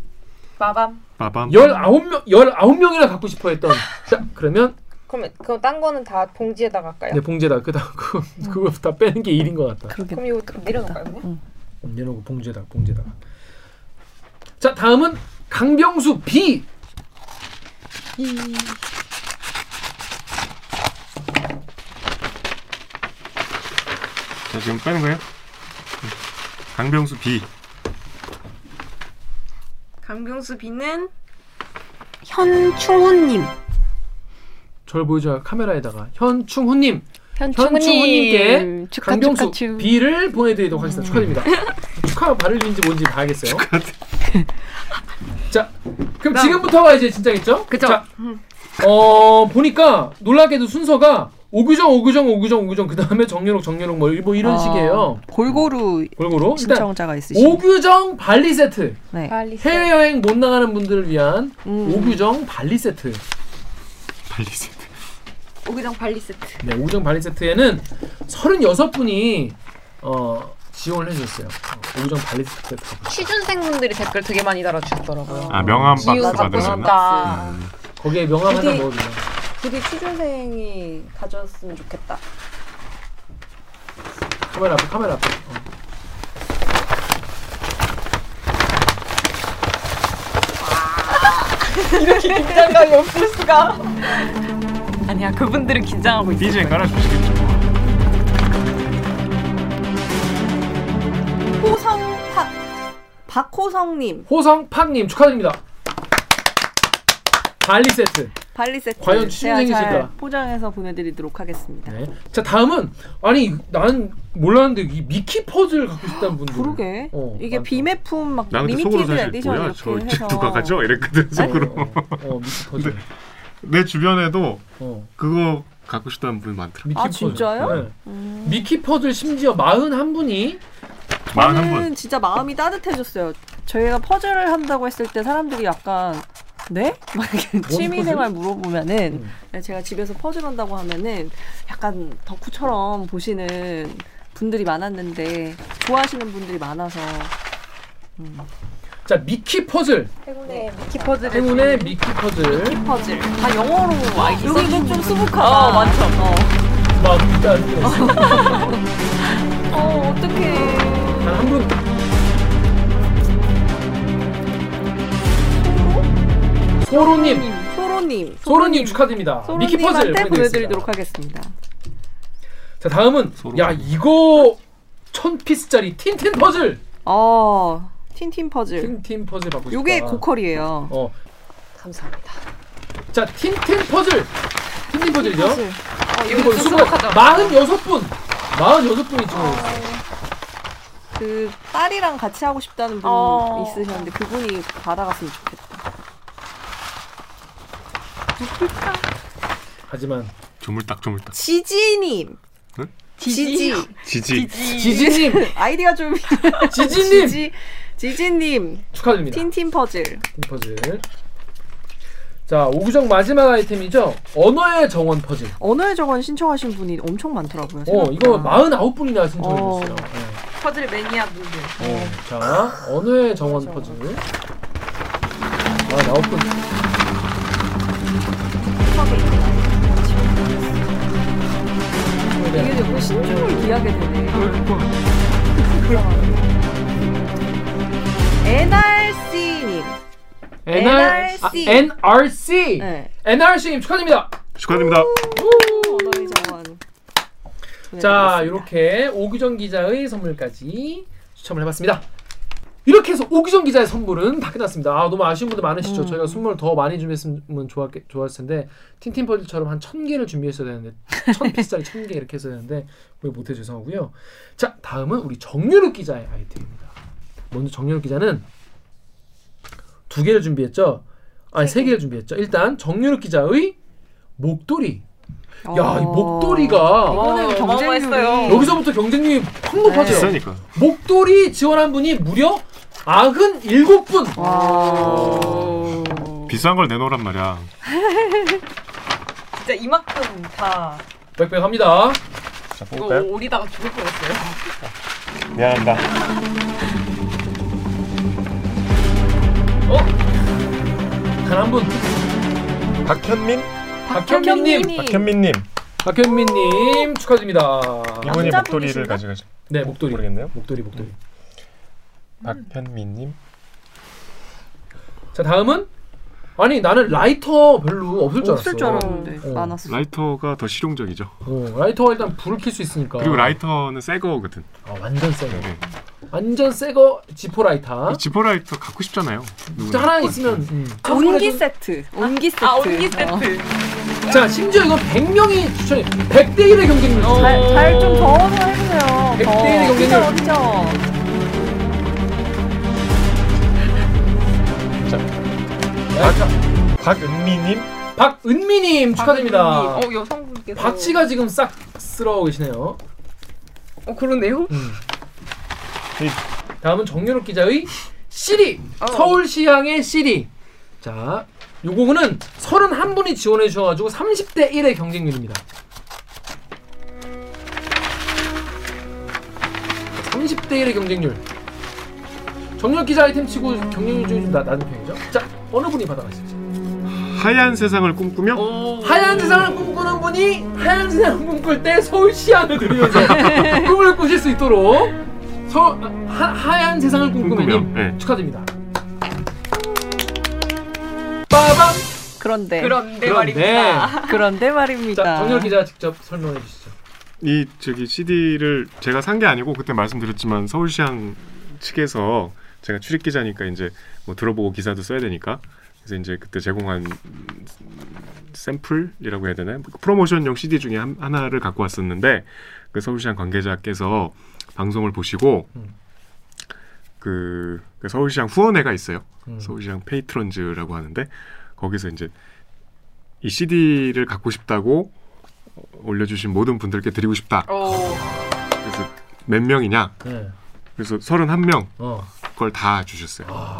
Speaker 5: 마밤.
Speaker 3: 빠밤.
Speaker 1: 19명 19명이나 갖고 싶어 했던 자 그러면
Speaker 5: 그럼 그럼 딴 거는 다 봉지에다가 할까요?
Speaker 1: 네 봉제다 그다 그거
Speaker 4: 음.
Speaker 1: 그거 다 빼는 게 일인 것 같다.
Speaker 2: 그러게.
Speaker 5: 그럼 이거 내려놓을까요? 그냥?
Speaker 1: 음, 내놓고 봉제다 봉제다. 자 다음은 강병수 B
Speaker 3: 자, 지금 빼는 거예요? 강병수 B.
Speaker 5: 강병수 비는
Speaker 4: 현충훈님.
Speaker 1: 저를 보여줘야 카메라에다가 현충훈님
Speaker 4: 현충훈님
Speaker 1: 현충훈님께
Speaker 4: 축하
Speaker 1: 강병수
Speaker 4: 축하 음. 축.
Speaker 1: B를 보내드리도록 하겠습니다. 축하드립니다. 축하 발음인지 뭔지 봐야겠어요. 자, 그럼 지금부터가 이제 진짜겠죠?
Speaker 4: 그죠.
Speaker 1: 자, 어 보니까 놀랍게도 순서가 오규정, 오규정, 오규정, 오규정 그 다음에 정연옥, 정연옥 뭐, 뭐 이런
Speaker 4: 어.
Speaker 2: 아,
Speaker 1: 식이에요.
Speaker 2: 골고루
Speaker 1: 골고루 일단
Speaker 2: 신청자가 있으신.
Speaker 1: 오규정 발리 세트
Speaker 2: 네.
Speaker 5: 발리세.
Speaker 1: 해외여행 못 나가는 분들을 위한
Speaker 2: 음.
Speaker 1: 오규정 발리 세트.
Speaker 3: 발리세.
Speaker 5: 오기장 발리 세트.
Speaker 1: 네, 오정 발리 세트에는 36분이 어, 지원을 해주셨어요. 오정 발리 세트 가보죠.
Speaker 5: 취준생분들이 댓글 되게 많이 달아주셨더라고요.
Speaker 3: 아, 명함 박스
Speaker 5: 기운 받고
Speaker 3: 받으려나?
Speaker 5: 싶다.
Speaker 1: 거기에 명함 하나
Speaker 5: 어디-
Speaker 1: 넣어주세요.
Speaker 5: 부디 취준생이 가졌으면 좋겠다.
Speaker 1: 카메라 앞에, 카메라 앞에. 어.
Speaker 5: 긴장감이 없을 수가.
Speaker 4: 아니야 그분들은 긴장하고 있어.
Speaker 3: BGM 깔아주시겠죠?
Speaker 2: 호성 박 박호성님
Speaker 1: 호성팍님 축하드립니다. 발리 세트.
Speaker 2: 발리 세트.
Speaker 1: 과연
Speaker 2: 제가 잘
Speaker 1: 취미생이실까?
Speaker 2: 포장해서 보내드리도록 하겠습니다.
Speaker 1: 네. 자, 다음은, 아니, 난 몰랐는데 이 미키 퍼즐 갖고 싶다는 분들.
Speaker 2: 아, 그러게.
Speaker 1: 어,
Speaker 2: 이게
Speaker 1: 맞다.
Speaker 2: 비매품 막
Speaker 3: 나는 그 속으로
Speaker 2: 리미티드
Speaker 3: 사실
Speaker 2: 에디션
Speaker 3: 뭐야
Speaker 2: 이렇게
Speaker 3: 저
Speaker 2: 해서
Speaker 3: 누가 가죠? 이랬거든 속으로.
Speaker 1: 어, 어, 어, 미키 퍼즐.
Speaker 3: 내 주변에도
Speaker 1: 어,
Speaker 3: 그거 갖고 싶다는 분 많더라.
Speaker 1: 미키
Speaker 2: 아,
Speaker 1: 퍼즐.
Speaker 2: 진짜요? 음.
Speaker 1: 네. 미키 퍼즐 심지어 41분이
Speaker 3: 마흔 한 분.
Speaker 2: 저는 진짜 마음이 따뜻해졌어요. 저희가 퍼즐을 한다고 했을 때 사람들이 약간 네? 막 이렇게 취미생활
Speaker 1: 음.
Speaker 2: 물어보면은 네, 제가 집에서 퍼즐 한다고 하면은 약간 덕후처럼 보시는 분들이 많았는데 좋아하시는 분들이 많아서
Speaker 1: 자, 미키 퍼즐.
Speaker 5: 행운의 미키 퍼즐.
Speaker 1: 행운의 미키 퍼즐.
Speaker 2: 퍼즐 다 영어로
Speaker 4: 아이디
Speaker 2: 여기는
Speaker 4: 써주는
Speaker 2: 좀
Speaker 4: 분들.
Speaker 2: 수북하다.
Speaker 4: 어, 맞죠.
Speaker 1: 막 일단 어.
Speaker 2: 어 어떡해.
Speaker 1: 한분 소로님
Speaker 2: 소로님
Speaker 1: 소로님 축하드립니다. 미키 퍼즐
Speaker 2: 소로님한테
Speaker 1: 보내드리도록.
Speaker 2: 보내드리도록 하겠습니다.
Speaker 1: 자 다음은
Speaker 3: 소로님.
Speaker 1: 야 이거 천 피스짜리 틴틴 퍼즐
Speaker 2: 어 틴틴 퍼즐.
Speaker 1: 틴틴 퍼즐 받고 싶다.
Speaker 2: 요게 고퀄이에요.
Speaker 1: 어.
Speaker 5: 감사합니다.
Speaker 1: 자 틴틴 퍼즐 틴틴 퍼즐이죠.
Speaker 2: 퍼즐.
Speaker 1: 이거
Speaker 5: 수박하죠.
Speaker 1: 46분 46분이 지금 어...
Speaker 2: 그 딸이랑 같이 하고 싶다는 분
Speaker 4: 어.
Speaker 2: 있으셨는데 그분이 받아갔으면 좋겠다.
Speaker 1: 하지만
Speaker 3: 조물딱 조물딱.
Speaker 2: 지지님.
Speaker 1: 네?
Speaker 3: 응?
Speaker 2: 지지.
Speaker 3: 지지.
Speaker 1: 지지님
Speaker 2: 아이디가 좀
Speaker 1: 지지님
Speaker 2: 지지. 지지님.
Speaker 1: 축하드립니다.
Speaker 2: 틴틴 퍼즐.
Speaker 1: 틴 퍼즐. 자 오구정 마지막 아이템이죠. 언어의 정원 퍼즐.
Speaker 2: 언어의 정원 신청하신 분이 엄청 많더라고요.
Speaker 1: 어, 이거
Speaker 2: 생각보다.
Speaker 1: 49분이나 신청해
Speaker 2: 어.
Speaker 1: 주셨어요.
Speaker 5: 퍼즐 매니아 분들.
Speaker 1: 네. 어, 자, 언어의 정원 퍼즐. 49분.
Speaker 2: 이게 자꾸 신중을 기하게 되네. NRC님.
Speaker 1: NR, 아,
Speaker 2: NRC.
Speaker 1: NRC.
Speaker 2: 네.
Speaker 1: NRC님 축하드립니다.
Speaker 3: 축하드립니다.
Speaker 2: 언어의 정원.
Speaker 1: 자,
Speaker 2: 네, 보내드리겠습니다.
Speaker 1: 이렇게 오규정 기자의 선물까지 추첨을 해봤습니다. 이렇게 해서 오기정 기자의 선물은 다 끝났습니다. 아 너무 아쉬운 분들 많으시죠.
Speaker 2: 음.
Speaker 1: 저희가 선물 더 많이 준비했으면 좋았 좋았을 텐데 틴틴 퍼즐처럼 한 천 개를 준비했어야 되는데 천 피스짜리 천 개 이렇게 했어야 되는데 그걸 못해 죄송하고요. 자 다음은 우리 정유롭 기자의 아이템입니다. 먼저 정유롭 기자는 두 개를 준비했죠. 아니 세 개를 준비했죠. 일단 정유롭 기자의 목도리.
Speaker 2: 어.
Speaker 1: 야, 이 목도리가
Speaker 2: 이번에 경쟁률이
Speaker 4: 어마어마했어요.
Speaker 1: 여기서부터 경쟁률이 확 높아져요.
Speaker 3: 비싸니까.
Speaker 1: 목도리 지원한 분이 무려 97분.
Speaker 2: 어.
Speaker 3: 비싼 걸 내놓으란 말이야.
Speaker 4: 진짜 이만큼 다
Speaker 1: 백백 합니다. 어?
Speaker 3: 자,
Speaker 4: 이거
Speaker 3: 뽑을까요?
Speaker 4: 오리다가 죽을 뻔했어요.
Speaker 3: 미안합니다.
Speaker 1: 어? 단 한 분.
Speaker 3: 박현민?
Speaker 1: 박현민님.
Speaker 3: 박현민님.
Speaker 1: 박현민님 축하드립니다.
Speaker 3: 이분이
Speaker 2: 남자분이신가?
Speaker 3: 목도리를 가져가실
Speaker 1: 네, 목도리.
Speaker 3: 모르겠네요.
Speaker 1: 목도리, 목도리.
Speaker 2: 음.
Speaker 3: 박현민님.
Speaker 1: 자, 다음은? 아니, 나는 라이터 별로 없을 줄 알았어.
Speaker 2: 없을 줄 알았는데
Speaker 1: 어.
Speaker 2: 안 왔어.
Speaker 3: 라이터가 더 실용적이죠.
Speaker 1: 어, 라이터가 일단 불을 켤 수 있으니까.
Speaker 3: 그리고 라이터는 새 거거든.
Speaker 1: 아, 완전 새 거.
Speaker 3: 네.
Speaker 1: 완전 새거 지포 라이터.
Speaker 2: 어?
Speaker 3: 이 지퍼 라이터 갖고 싶잖아요.
Speaker 1: 진짜
Speaker 3: 누구나.
Speaker 1: 하나 있으면. 음.
Speaker 2: 온기 세트. 온기 세트.
Speaker 4: 아 온기 세트.
Speaker 2: 어.
Speaker 1: 자, 심지어 이건 100명이 추천해. 100대 1의 경쟁률.
Speaker 2: 잘 좀 더워서 해주세요.
Speaker 1: 백대 일의 경쟁률.
Speaker 2: 진짜 어디죠?
Speaker 1: 야, 자,
Speaker 3: 박은미님.
Speaker 1: 박은미님 축하드립니다.
Speaker 4: 어 여성분께서.
Speaker 1: 박씨가 지금 싹 쓸어오고 계시네요.
Speaker 4: 어 그러네요.
Speaker 1: 다음은 정유롭 기자의 시리 서울시향의 시리. 자, 요거는 31분이 지원해 주셔가지고 30대 1의 경쟁률입니다. 30대 1의 경쟁률. 정유롭 기자 아이템 치고 경쟁률 중에 좀 나- 낮은 편이죠. 자, 어느 분이 받아가실지.
Speaker 3: 하얀 세상을 꿈꾸며
Speaker 2: 어.
Speaker 1: 하얀 세상을 꿈꾸는 분이 하얀 세상을 꿈꿀 때 서울시향을 들으면서 꿈을 꾸실 수 있도록 서울 하, 하얀 세상을 꿈꾸면님
Speaker 3: 꿈꾸며, 예.
Speaker 1: 축하드립니다. 빠밤.
Speaker 3: 네.
Speaker 2: 그런데
Speaker 4: 그런데
Speaker 1: 그런데
Speaker 4: 말입니다.
Speaker 2: 그런데 말입니다.
Speaker 1: 자 정렬 기자 직접 설명해 주시죠.
Speaker 3: 이 저기 CD를 제가 산 게 아니고 그때 말씀드렸지만 서울시향 측에서 제가 출입 기자니까 이제 뭐 들어보고 기사도 써야 되니까 그래서 이제 그때 제공한 샘플이라고 해야 되나요? 프로모션용 CD 중에 한- 하나를 갖고 왔었는데 그 서울시향 관계자께서 방송을 보시고
Speaker 1: 음.
Speaker 3: 그, 그 서울시향 후원회가 있어요.
Speaker 1: 음.
Speaker 3: 서울시장 페이트런즈라고 하는데 거기서 이제 이 CD를 갖고 싶다고 올려주신 모든 분들께 드리고 싶다.
Speaker 4: 어.
Speaker 3: 그래서 몇 명이냐?
Speaker 1: 네.
Speaker 3: 그래서 31명
Speaker 1: 어.
Speaker 3: 걸 다
Speaker 1: 아.
Speaker 3: 주셨어요.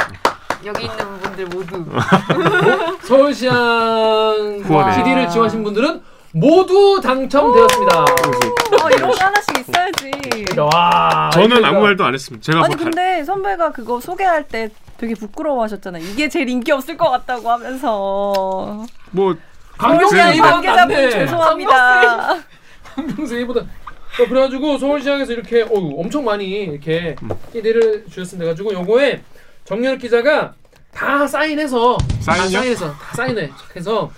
Speaker 4: 여기 있는 분들 모두
Speaker 1: 서울시향
Speaker 3: 후원해.
Speaker 1: CD를 지원하신 분들은 모두 당첨되었습니다.
Speaker 3: 아.
Speaker 2: 어, 이런 거 하나씩 있어야지.
Speaker 1: 와.
Speaker 3: 저는
Speaker 1: 이거
Speaker 3: 아무 말도 안 했습니다. 제가
Speaker 2: 아니
Speaker 3: 뭐 다-
Speaker 2: 근데 선배가 그거 소개할 때 되게 부끄러워하셨잖아. 이게 제일 인기 없을 것 같다고 하면서.
Speaker 3: 뭐
Speaker 1: 그러니까 강경이야
Speaker 3: 서울시향
Speaker 1: 이거
Speaker 2: 관계자분 죄송합니다.
Speaker 1: 평소 이보다 어, 그래가지고 서울시장에서 이렇게 어우, 엄청 많이 이렇게 CD를 주셨습니다. 가지고 요거에 정렬 기자가 다 사인해서 다
Speaker 3: 사인이요?
Speaker 1: 사인해서 다 사인해 해서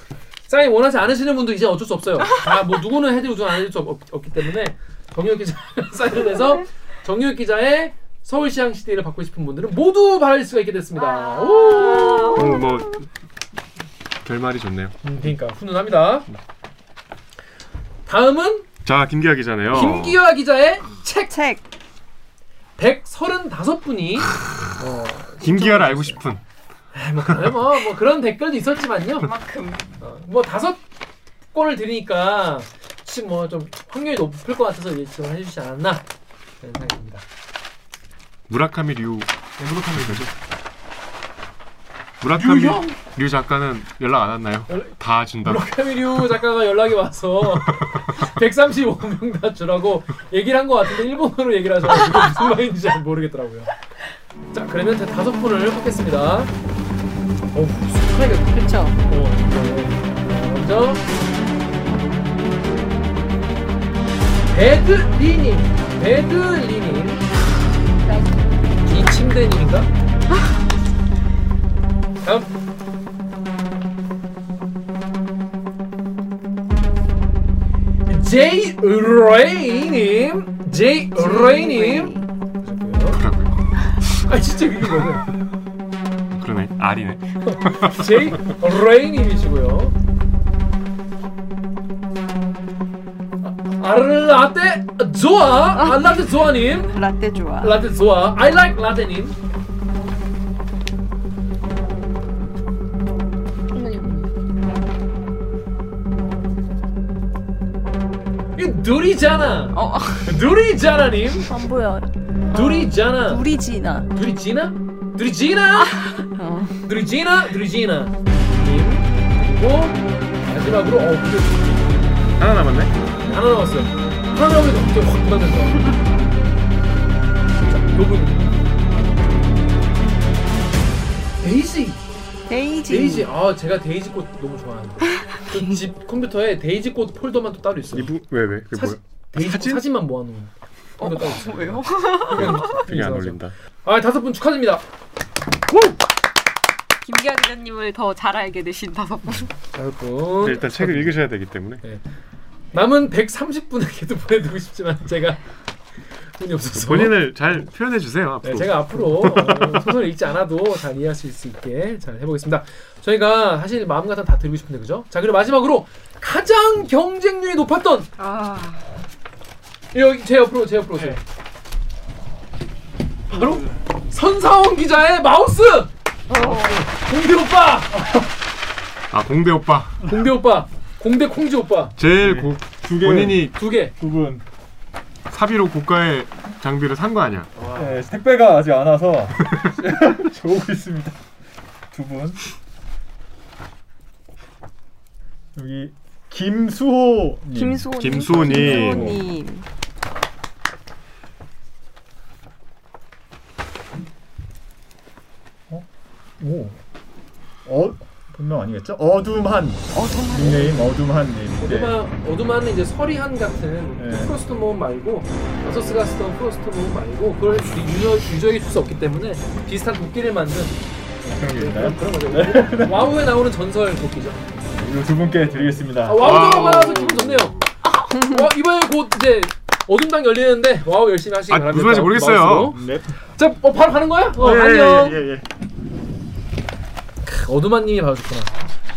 Speaker 1: 사인 원하지 않으시는 분도 이제 어쩔 수 없어요. 다 뭐 누구는 해드리고 누구는 안 해드릴 수 없, 없기 때문에 정렬 기자 사인을 해서 정렬 기자의 서울시장 CD를 받고 싶은 분들은 모두 받을 수가 있게 됐습니다. 오!
Speaker 3: 어, 뭐 결말이 좋네요.
Speaker 1: 음, 그러니까 훈훈합니다. 다음은
Speaker 3: 자 김기아 기자네요.
Speaker 1: 김기화 기자의 책
Speaker 2: 책.
Speaker 1: 135분이 어,
Speaker 3: 김기아를 알고 싶은
Speaker 1: 에이, 뭐, 그래, 뭐, 뭐 그런 댓글도 있었지만요.
Speaker 4: 그만큼
Speaker 1: 어, 뭐 다섯 권을 드리니까 혹시 뭐좀 확률이 높을 것 같아서 이제 지금 해주시지 않았나 그런 생각입니다.
Speaker 3: 무라카미 류. 네, 무라카미 류죠. 무라카미
Speaker 1: 류 형?
Speaker 3: 류 작가는 연락 안 왔나요?
Speaker 1: 연락-
Speaker 3: 다 준다고.
Speaker 1: 무라카미류 작가가 연락이 와서 135명 다 주라고 얘기를 한 것 같은데 일본어로 얘기를 하셔가지고 무슨 말인지 잘 모르겠더라고요. 자 그러면 제 다섯 분을 뽑겠습니다. 어우 스파이가
Speaker 2: 그렇죠.
Speaker 1: 어, 어, 먼저 베드리님 베드리님 이 침대님인가? 다음 제이 레이님 제이 레이님
Speaker 3: 그러고요.
Speaker 1: 아 진짜 그거는
Speaker 3: 그러네. 알이네.
Speaker 1: 제이 레이님이시고요. 아, 아르라떼 좋아 알라떼 좋아님
Speaker 2: 라떼 좋아.
Speaker 1: 라떼 좋아 I like 라떼님 이 둘이잖아
Speaker 4: 어,
Speaker 1: 둘이잖아님
Speaker 2: 안 보여.
Speaker 1: 둘이잖아
Speaker 2: 우리 지나.
Speaker 1: 둘이지나 둘이지나
Speaker 2: 어.
Speaker 1: 누리지나 누리지나 님 그리고 마지막으로 어 근데
Speaker 3: 하나 남았네.
Speaker 1: 하나 남았어요 하나 남았는데 갑자기 확 끝나면서 자 요분 데이지
Speaker 2: 데이지.
Speaker 1: 데이지 아 제가 데이지 꽃 너무 좋아하는데 저집 컴퓨터에 데이지 꽃 폴더만 또 따로 있어요
Speaker 3: 이분 왜 왜? 그게
Speaker 1: 사진-
Speaker 3: 뭐야?
Speaker 1: 데이지
Speaker 3: 사진?
Speaker 1: 꽃 사진만 모아놓은 어, 어,
Speaker 4: 왜요?
Speaker 3: 되게 안 어울린다. 네,
Speaker 1: 아 다섯 분 축하드립니다
Speaker 4: 김기아 기자님을 더 잘 알게 되신 다섯 분.
Speaker 1: 다섯
Speaker 3: 근데
Speaker 1: 분
Speaker 3: 일단 책을 읽으셔야 되기 때문에.
Speaker 1: 남은 130분에게도 보내드리고 싶지만 제가 돈이 없어서
Speaker 3: 본인을 잘 표현해 주세요. 앞으로.
Speaker 1: 네, 제가 앞으로 어, 소설을 읽지 않아도 잘 이해할 수 있을 있게 잘 해보겠습니다. 저희가 사실 마음 같은 다 드리고 싶은데 그죠? 자 그리고 마지막으로 가장 경쟁률이 높았던
Speaker 4: 아,
Speaker 1: 여기 제 옆으로 제 옆으로 오세요. 바로 선사원 기자의 마우스 공대 오빠
Speaker 3: 아 공대 오빠.
Speaker 1: 공대 오빠 공대 콩지 오빠
Speaker 3: 제일 고,
Speaker 6: 두 개,
Speaker 3: 본인이
Speaker 1: 두 개.
Speaker 6: 두 분.
Speaker 3: 사비로 고가의 장비를 산 거 아니야?
Speaker 6: 네, 택배가 아직 안 와서 저 오고 있습니다. 두 분. 여기 김수호 님.
Speaker 5: 김수호님.
Speaker 3: 김수호님.
Speaker 2: 님.
Speaker 6: 오. 어 본명 아니겠죠? 어둠한. 어둠한. 닉네임 어둠한님. 네.
Speaker 1: 어두마 어두마는 이제 서리한 같은
Speaker 6: 네.
Speaker 1: 프로스트 모음 말고 어서스가 쓰던 프로스트 모음 말고 그걸 유저 유저에게 줄 수 없기 때문에 비슷한 도끼를 만든
Speaker 6: 그런
Speaker 1: 네,
Speaker 6: 일인가요?
Speaker 1: 그런 그런 거죠. 와우에 나오는 전설 도끼죠.
Speaker 6: 이거 두 분께 드리겠습니다.
Speaker 1: 아, 와우가
Speaker 3: 와우.
Speaker 1: 많아서 기분 좋네요. 와, 이번에 곧 이제 어둠당 열리는데 와우 열심히 하시기
Speaker 3: 아,
Speaker 1: 바랍니다.
Speaker 3: 무슨 말인지 모르겠어요.
Speaker 1: 마우스로.
Speaker 6: 네.
Speaker 1: 자, 어, 바로 가는 거야? 어,
Speaker 6: 예,
Speaker 1: 안녕.
Speaker 6: 예, 예, 예.
Speaker 1: 크, 어둠아님이 봐줬구나.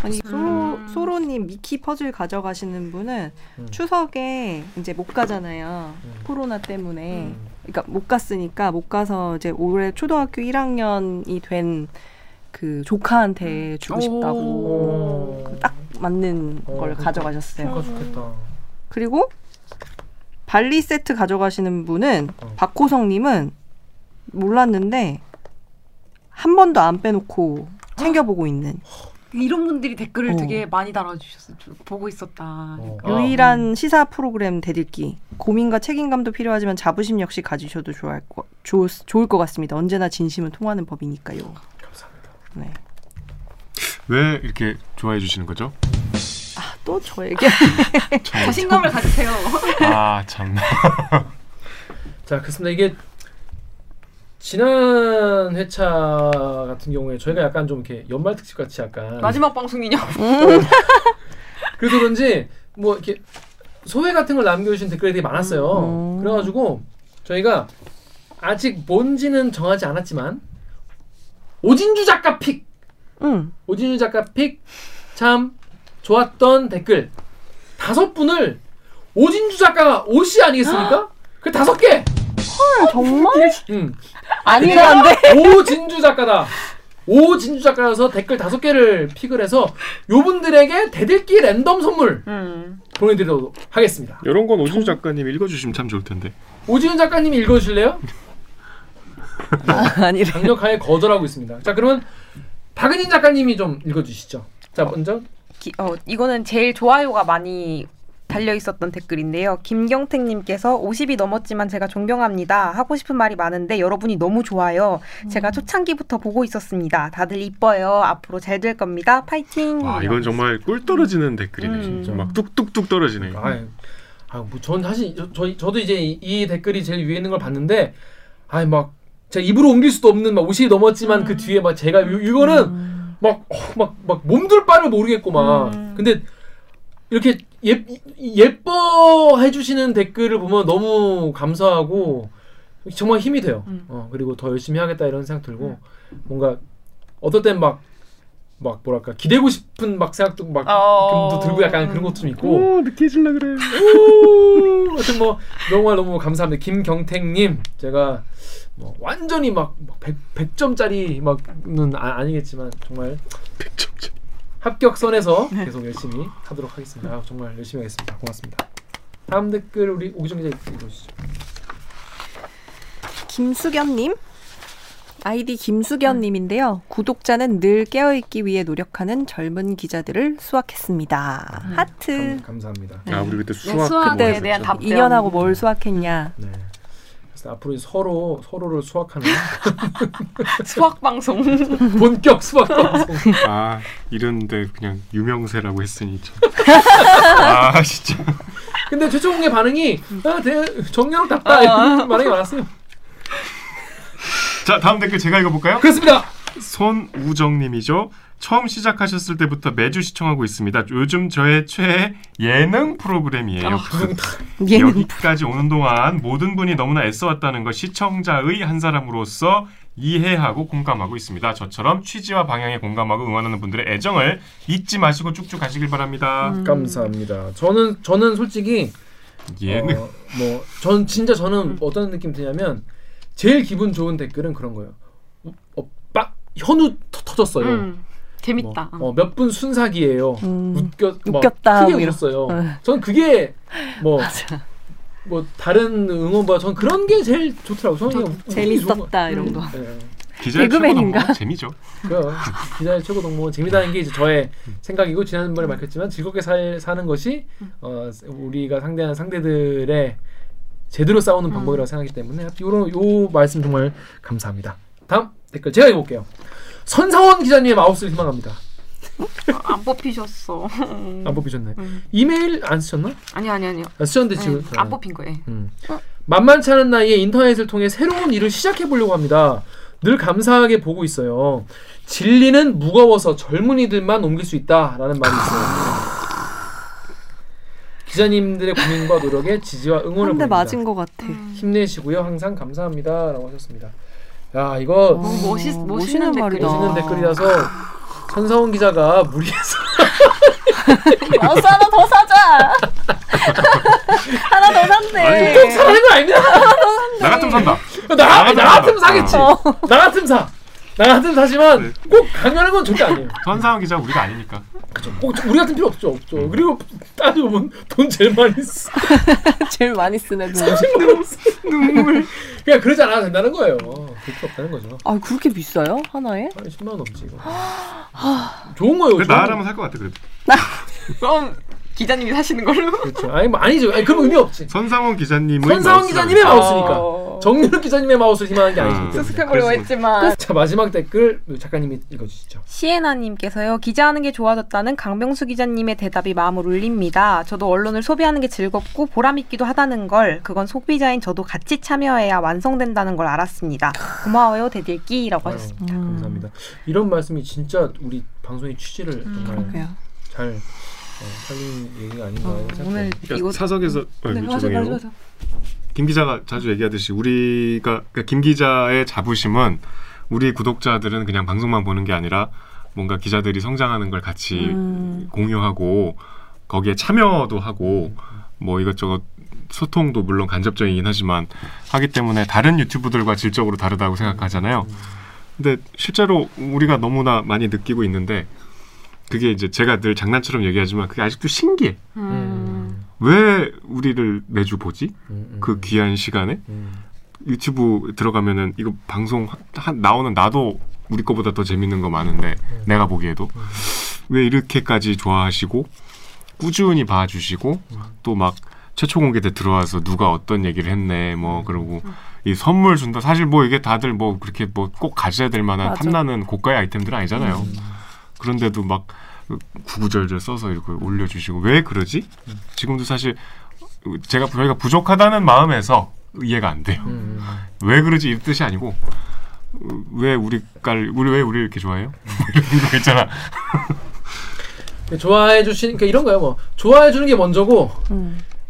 Speaker 2: 아니 소로 소로님 미키 퍼즐 가져가시는 분은
Speaker 1: 음.
Speaker 2: 추석에 이제 못 가잖아요. 코로나 때문에.
Speaker 1: 음.
Speaker 2: 그러니까 못 갔으니까 못 가서 이제 올해 초등학교 1학년이 된 그 조카한테 주고 싶다고
Speaker 1: 음. 오.
Speaker 2: 그딱 맞는
Speaker 1: 어,
Speaker 2: 걸
Speaker 1: 그렇구나.
Speaker 2: 가져가셨어요.
Speaker 1: 좋겠다, 좋겠다.
Speaker 2: 그리고 발리 세트 가져가시는 분은
Speaker 1: 어.
Speaker 2: 박호성님은 몰랐는데 한 번도 안 빼놓고 챙겨보고 있는
Speaker 4: 이런 분들이 댓글을
Speaker 2: 어.
Speaker 4: 되게 많이 달아주셨어요. 저 보고 있었다.
Speaker 1: 어. 아,
Speaker 2: 유일한 시사 프로그램 대들기 고민과 책임감도 필요하지만 자부심 역시 가지셔도 좋아할 거, 좋, 좋을 것 같습니다. 언제나 진심은 통하는 법이니까요.
Speaker 1: 감사합니다.
Speaker 2: 네.
Speaker 3: 왜 이렇게 좋아해 주시는 거죠?
Speaker 2: 또 저에게
Speaker 4: 자신감을 가지세요.
Speaker 3: 아 참.
Speaker 1: 자, 그렇습니다. 이게 지난 회차 같은 경우에 저희가 약간 좀 이렇게 연말 특집 같이 약간
Speaker 4: 마지막 방송이냐고.
Speaker 1: 그래서 그런지 뭐 이렇게 소회 같은 걸 남겨주신 댓글이 되게 많았어요.
Speaker 2: 음.
Speaker 1: 그래가지고 저희가 아직 뭔지는 정하지 않았지만 오진주 작가 픽,
Speaker 2: 응.
Speaker 1: 오진주 작가 픽 참 좋았던 댓글 다섯 분을 오진주 작가가 옷이 아니겠습니까? 그 다섯 개. 음.
Speaker 2: 정말
Speaker 1: 응. 네.
Speaker 2: 아니면 안 돼.
Speaker 1: 오진주 작가다. 오진주 작가여서 댓글 다섯 개를 픽을 해서 요분들에게 대들기 랜덤 선물
Speaker 4: 음.
Speaker 1: 보내드리도록 하겠습니다.
Speaker 3: 이런 건 오준 작가님 읽어주시면 참 좋을 텐데.
Speaker 1: 오지훈 작가님이 읽어주실래요?
Speaker 2: 그 아니래.
Speaker 1: 강력하게 거절하고 있습니다. 자 그러면 박은인 작가님이 좀 읽어주시죠. 자 먼저
Speaker 5: 기- 어, 이거는 제일 좋아요가 많이 달려 있었던 댓글인데요. 김경택님께서 50이 넘었지만 제가 존경합니다. 하고 싶은 말이 많은데 여러분이 너무 좋아요.
Speaker 4: 음.
Speaker 5: 제가 초창기부터 보고 있었습니다. 다들 이뻐요. 앞으로 잘 될 겁니다. 파이팅.
Speaker 3: 와 이건 정말 꿀 떨어지는 댓글이네.
Speaker 5: 음.
Speaker 3: 진짜 막 뚝뚝뚝 떨어지네.
Speaker 1: 아, 아뭐전 사실 저, 저 저도 이제 이, 이 댓글이 제일 위에 있는 걸 봤는데 아이 막 제가 입으로 옮길 수도 없는 막 50이 넘었지만
Speaker 4: 음.
Speaker 1: 그 뒤에 막 제가 이- 이거는 막막막 몸둘 바를 모르겠고 막
Speaker 4: 음.
Speaker 1: 근데 이렇게 예, 예뻐해 주시는 댓글을 보면 너무 감사하고 정말 힘이 돼요.
Speaker 4: 음.
Speaker 1: 어, 그리고 더 열심히 하겠다 이런 생각 들고 뭔가 어떨 땐 막 막 뭐랄까 기대고 싶은 막 생각도 막
Speaker 4: 어.
Speaker 1: 도 들고 약간 그런 것도 좀 있고
Speaker 3: 오뭐 느끼해질라 그래.
Speaker 1: 오! 하여튼 뭐 정말 너무 감사합니다. 김경택님 제가 뭐 완전히 막, 막 100, 점짜리 막는 아, 니겠지만 정말 합격선에서 계속 열심히 하도록 하겠습니다. 아, 정말 열심히 하겠습니다. 고맙습니다. 다음 댓글 우리 오기정 기자 읽어주시죠.
Speaker 2: 김수견님 아이디 김수견님인데요. 구독자는 늘 깨어있기 위해 노력하는 젊은 기자들을 수확했습니다. 하트.
Speaker 1: 감, 감사합니다.
Speaker 3: 아 우리 그때 수학
Speaker 4: 네, 수학에
Speaker 3: 뭐
Speaker 4: 대한
Speaker 3: 했었죠?
Speaker 4: 답.
Speaker 2: 2년하고 뭘 수확했냐?
Speaker 1: 네. 그래서 앞으로 이제 서로 서로를 수학하는
Speaker 4: 수학 방송.
Speaker 1: 본격 수학 방송.
Speaker 3: 아 이런데 그냥 유명세라고 했으니 참. 아 진짜.
Speaker 1: 근데 최초공개 반응이 아, 대, 정렬답다 이런 반응이 많았어요.
Speaker 3: 자 다음 댓글 제가 읽어볼까요?
Speaker 1: 그렇습니다.
Speaker 3: 손우정님이죠. 처음 시작하셨을 때부터 매주 시청하고 있습니다. 요즘 저의 최애 예능 프로그램이에요.
Speaker 1: 아,
Speaker 2: 얘는
Speaker 3: 여기까지 오는 동안 모든 분이 너무나 애써왔다는 걸 시청자의 한 사람으로서 이해하고 공감하고 있습니다. 저처럼 취지와 방향에 공감하고 응원하는 분들의 애정을 잊지 마시고 쭉쭉 가시길 바랍니다.
Speaker 1: 음. 감사합니다. 저는 저는 솔직히
Speaker 3: 예능
Speaker 1: 어, 뭐전 진짜 저는 어떤 느낌 드냐면 제일 기분 좋은 댓글은 그런 거예요. 어, 빡 현우 터, 터졌어요. 뭐, 어,
Speaker 4: 음, 재밌다.
Speaker 1: 몇 분 순삭이에요.
Speaker 2: 음.
Speaker 1: 웃겨, 막
Speaker 2: 웃겼다, 뭐
Speaker 1: 크게
Speaker 2: 이런.
Speaker 1: 웃었어요.
Speaker 2: 응.
Speaker 1: 전 그게 뭐 뭐 다른 응원보다 전 그런 게 제일 좋더라고. 저는 그냥 웃- 웃는 게 좋은
Speaker 4: 아, 음.
Speaker 2: 재밌었다 이런 거.
Speaker 1: 거. 예, 예.
Speaker 3: 기자의 최고
Speaker 2: 개그맨인가?
Speaker 3: 뭐 재미죠.
Speaker 1: 그래요. 기자의 최고 동무는 재미다는 게 이제 저의 생각이고 지난번에 밝혔지만 즐겁게 살, 사는 것이 어, 우리가 상대하는 상대들의 제대로
Speaker 4: 음.
Speaker 1: 싸우는 방법이라고 생각하기 때문에 요런 요 말씀 정말 감사합니다. 다음 댓글 제가 읽어볼게요. 선상원 기자님의 마우스를 희망합니다.
Speaker 4: 안 뽑히셨어.
Speaker 1: 안 뽑히셨네.
Speaker 4: 음.
Speaker 1: 이메일 안 쓰셨나?
Speaker 4: 아니 아니 아니요.
Speaker 1: 안
Speaker 5: 네.
Speaker 1: 쓰셨는데 지금
Speaker 4: 음, 안 뽑힌 거예요.
Speaker 1: 음. 만만치 않은 나이에 인터넷을 통해 새로운 일을 시작해 보려고 합니다. 늘 감사하게 보고 있어요. 진리는 무거워서 젊은이들만 옮길 수 있다라는 말이 있어요. 기자님들의 고민과 노력에 지지와 응원을
Speaker 2: 한대
Speaker 1: 보냅니다.
Speaker 2: 맞은 것 같아.
Speaker 1: 음. 힘내시고요. 항상 감사합니다라고 하셨습니다. 야 이거
Speaker 4: 너무
Speaker 2: 어,
Speaker 4: 멋있
Speaker 2: 멋있는
Speaker 4: 멋있는
Speaker 2: 말이다.
Speaker 4: 댓글이다.
Speaker 1: 멋있는 댓글이라서 선사원 기자가 무리해서
Speaker 2: 마우스 하나 더 사자. 하나 더 산대.
Speaker 3: 아니,
Speaker 1: 사는 거 아니냐?
Speaker 3: 나 같으면 산다.
Speaker 1: 나, 나
Speaker 3: 아, 나가면
Speaker 1: 같으면 사겠지.
Speaker 3: 어.
Speaker 1: 나 같으면 사. 나 같으면 사지만
Speaker 3: 네.
Speaker 1: 꼭 강요하는 건 절대 아니에요.
Speaker 3: 선상원 기자 우리가 아니니까.
Speaker 1: 꼭 어, 저- 우리 같은 필요 없죠, 없죠. 그리고 따지고 보면 돈 제일 많이 쓰.
Speaker 2: 제일 많이 쓰네. 돈.
Speaker 1: 눈물, 눈물. 그냥 그러지 않아도 된다는 거예요. 될 필요 없다는 거죠.
Speaker 2: 아 그렇게 비싸요 하나에?
Speaker 1: 아니 10만 원 넘지 이거. 아. 좋은 거예요.
Speaker 3: 그래
Speaker 1: 좋은 거.
Speaker 3: 나라면 살 것 같아 그래도.
Speaker 4: 그럼 기자님이 사시는 걸로.
Speaker 1: 그렇죠. 아니 뭐 아니죠. 아니 그럼 의미 없지.
Speaker 3: 선상원 기자님의
Speaker 1: 선상원
Speaker 3: 마우스라고
Speaker 1: 기자님의
Speaker 3: 했어요.
Speaker 1: 마우스니까.
Speaker 4: 어.
Speaker 1: 정윤욱 기자님의 마우스를 희망하는 게 아니기 때문에.
Speaker 4: 수습해보려고
Speaker 3: 그래서-
Speaker 4: 했지만
Speaker 1: 자 마지막 댓글 작가님이 읽어주시죠.
Speaker 5: 시에나님께서요 기자하는 게 좋아졌다는 강병수 기자님의 대답이 마음을 울립니다. 저도 언론을 소비하는 게 즐겁고 보람 있기도 하다는 걸 그건 소비자인 저도 같이 참여해야 완성된다는 걸 알았습니다. 고마워요 대들기라고
Speaker 4: 음.
Speaker 1: 아유,
Speaker 5: 하셨습니다.
Speaker 1: 감사합니다. 이런 말씀이 진짜 우리 방송의 취지를 정말
Speaker 2: 그러게요.
Speaker 1: 잘 어, 살린 얘기가 아닌가
Speaker 4: 어,
Speaker 1: 생각해요.
Speaker 5: 오늘 이거
Speaker 3: 그러니까 사석에서 어,
Speaker 4: 네,
Speaker 3: 이거
Speaker 4: 맞아
Speaker 3: 죄송해요.
Speaker 4: 맞아 맞아.
Speaker 3: 김 기자가 자주 얘기하듯이 우리가 그러니까 김 기자의 자부심은 우리 구독자들은 그냥 방송만 보는 게 아니라 뭔가 기자들이 성장하는 걸
Speaker 2: 음.
Speaker 3: 같이
Speaker 4: 음.
Speaker 3: 공유하고 거기에 참여도 하고 뭐 이것저것 소통도 물론 간접적이긴 하지만 하기 때문에 다른 유튜브들과 질적으로 다르다고 생각하잖아요. 근데 실제로 우리가 너무나 많이 느끼고 있는데 그게 이제 제가 늘 장난처럼 얘기하지만 그게 아직도 신기해.
Speaker 4: 음.
Speaker 3: 왜 우리를 매주 보지?
Speaker 1: 음, 음,
Speaker 3: 그 귀한 시간에
Speaker 1: 음.
Speaker 3: 유튜브 들어가면은 이거 방송 하- 하- 나오는 나도 우리 거보다 더 재밌는 거 많은데
Speaker 1: 음.
Speaker 3: 내가 보기에도 왜 이렇게까지 좋아하시고 꾸준히 봐주시고 또 막 최초 공개 때 들어와서 누가 어떤 얘기를 했네 뭐 그러고 이 선물 준다 사실 뭐 이게 다들 뭐 그렇게 뭐 꼭 가져야 될 만한
Speaker 2: 맞아. 음.
Speaker 3: 탐나는 고가의 아이템들은 아니잖아요 그런데도 막 구구절절 써서 이렇게 올려주시고 왜 그러지 지금도 사실 제가 저희가 부족하다는 마음에서 이해가 안 돼요.
Speaker 1: 음.
Speaker 3: 왜 그러지 이 뜻이 아니고 어, 왜 우리를 우리 왜 우리 이렇게 좋아해요? 이런 거 있잖아.
Speaker 1: 좋아해 주신 그러니까 이런 거예요. 뭐 좋아해 주는 게 먼저고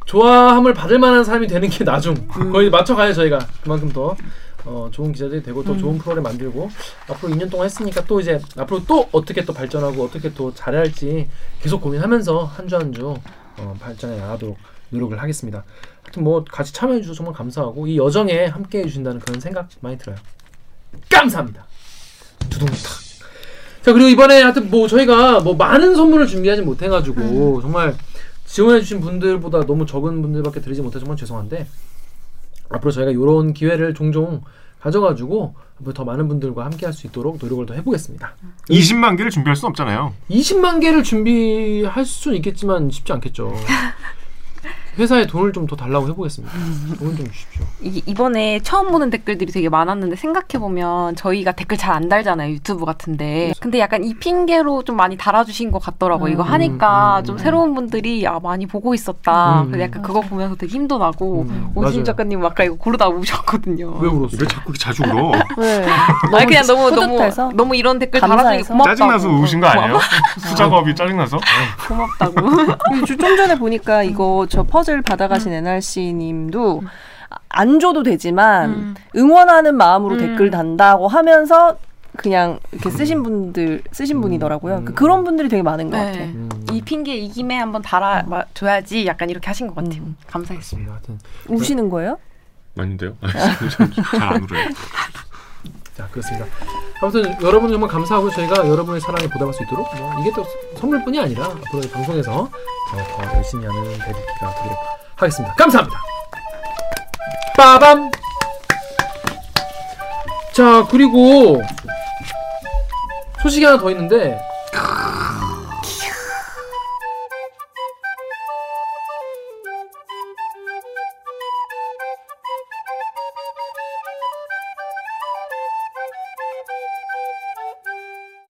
Speaker 1: 좋아함을 받을 만한 사람이 되는 게 나중 거의 맞춰가요 저희가 그만큼 더 어, 좋은 기자들이 되고 더 좋은 프로를 만들고 앞으로 2년 동안 했으니까 또 이제 앞으로 또 어떻게 또 발전하고 어떻게 또 잘해야 할지 계속 고민하면서 한 주 한 주 어, 발전해 나가도록 노력을 하겠습니다. 하여튼 뭐 같이 참여해 주셔서 정말 감사하고 이 여정에 함께해 주신다는 그런 생각 많이 들어요. 감사합니다. 두둥탁. 자 그리고 이번에 하여튼 뭐 저희가 뭐 많은 선물을 준비하지 못해가지고
Speaker 3: 음.
Speaker 1: 정말 지원해주신 분들보다 너무 적은 분들밖에 드리지 못해서 정말 죄송한데 앞으로 저희가 이런 기회를 종종 가져가지고 앞으로 더 많은 분들과 함께할 수 있도록 노력을 더 해보겠습니다.
Speaker 3: 20만 개를 준비할 순 없잖아요.
Speaker 1: 20만 개를 준비할 수는 있겠지만 쉽지 않겠죠. 회사에 돈을 좀 더 달라고 해보겠습니다.
Speaker 3: 음.
Speaker 1: 돈을 좀 주십시오.
Speaker 4: 이- 이번에 처음 보는 댓글들이 되게 많았는데 생각해보면 저희가 댓글 잘 안 달잖아요 유튜브 같은데 근데 약간 이 핑계로 좀 많이 달아주신 것 같더라고 요 이거 하니까
Speaker 1: 음,
Speaker 4: 좀
Speaker 1: 음.
Speaker 4: 새로운 분들이 아 많이 보고 있었다
Speaker 1: 음.
Speaker 4: 그래서 약간 그거 보면서 되게 힘도 나고
Speaker 1: 음, 맞아요.
Speaker 4: 오진 작가님 아까 이거 고르다 우셨거든요
Speaker 1: 왜 울었어?
Speaker 3: 왜 자꾸 이렇게 자주 울어?
Speaker 2: 네.
Speaker 4: 아니 그냥 너무 너무
Speaker 2: 뿌듯해서?
Speaker 4: 너무 이런 댓글
Speaker 2: 감사해서?
Speaker 4: 달아주니 고맙다고
Speaker 3: 짜증나서 우신 거 아니에요? 수작업이 짜증나서?
Speaker 4: 고맙다고
Speaker 2: 음, 좀 전에 보니까 이거 저 퍼즐 받아가신 NRC님도 아, 안 줘도 되지만
Speaker 4: 음.
Speaker 2: 응원하는 마음으로
Speaker 4: 음.
Speaker 2: 댓글 단다고 하면서 그냥 이렇게 쓰신 분들 쓰신
Speaker 1: 음.
Speaker 2: 분이더라고요.
Speaker 1: 음.
Speaker 2: 그, 런 분들이 되게 많은 것 같아요.
Speaker 4: 네. 이 핑계 이 김에 한번 달아줘야지 약간 이렇게 하신 것 같아요
Speaker 2: 음.
Speaker 4: 감사했습니다
Speaker 1: 하여튼
Speaker 2: 우시는 거예요?
Speaker 3: 아닌데요? 잘 안 울어요.
Speaker 1: 자 그렇습니다. 아무튼 여러분 정말 감사하고 저희가 여러분의 사랑에 보답할 수 있도록 뭐 이게 또 선물뿐이 아니라 앞으로 이 방송에서 더, 더 열심히 하는 대리기가 되도록 하겠습니다. 감사합니다. 빠밤. 자 그리고 소식이 하나 더 있는데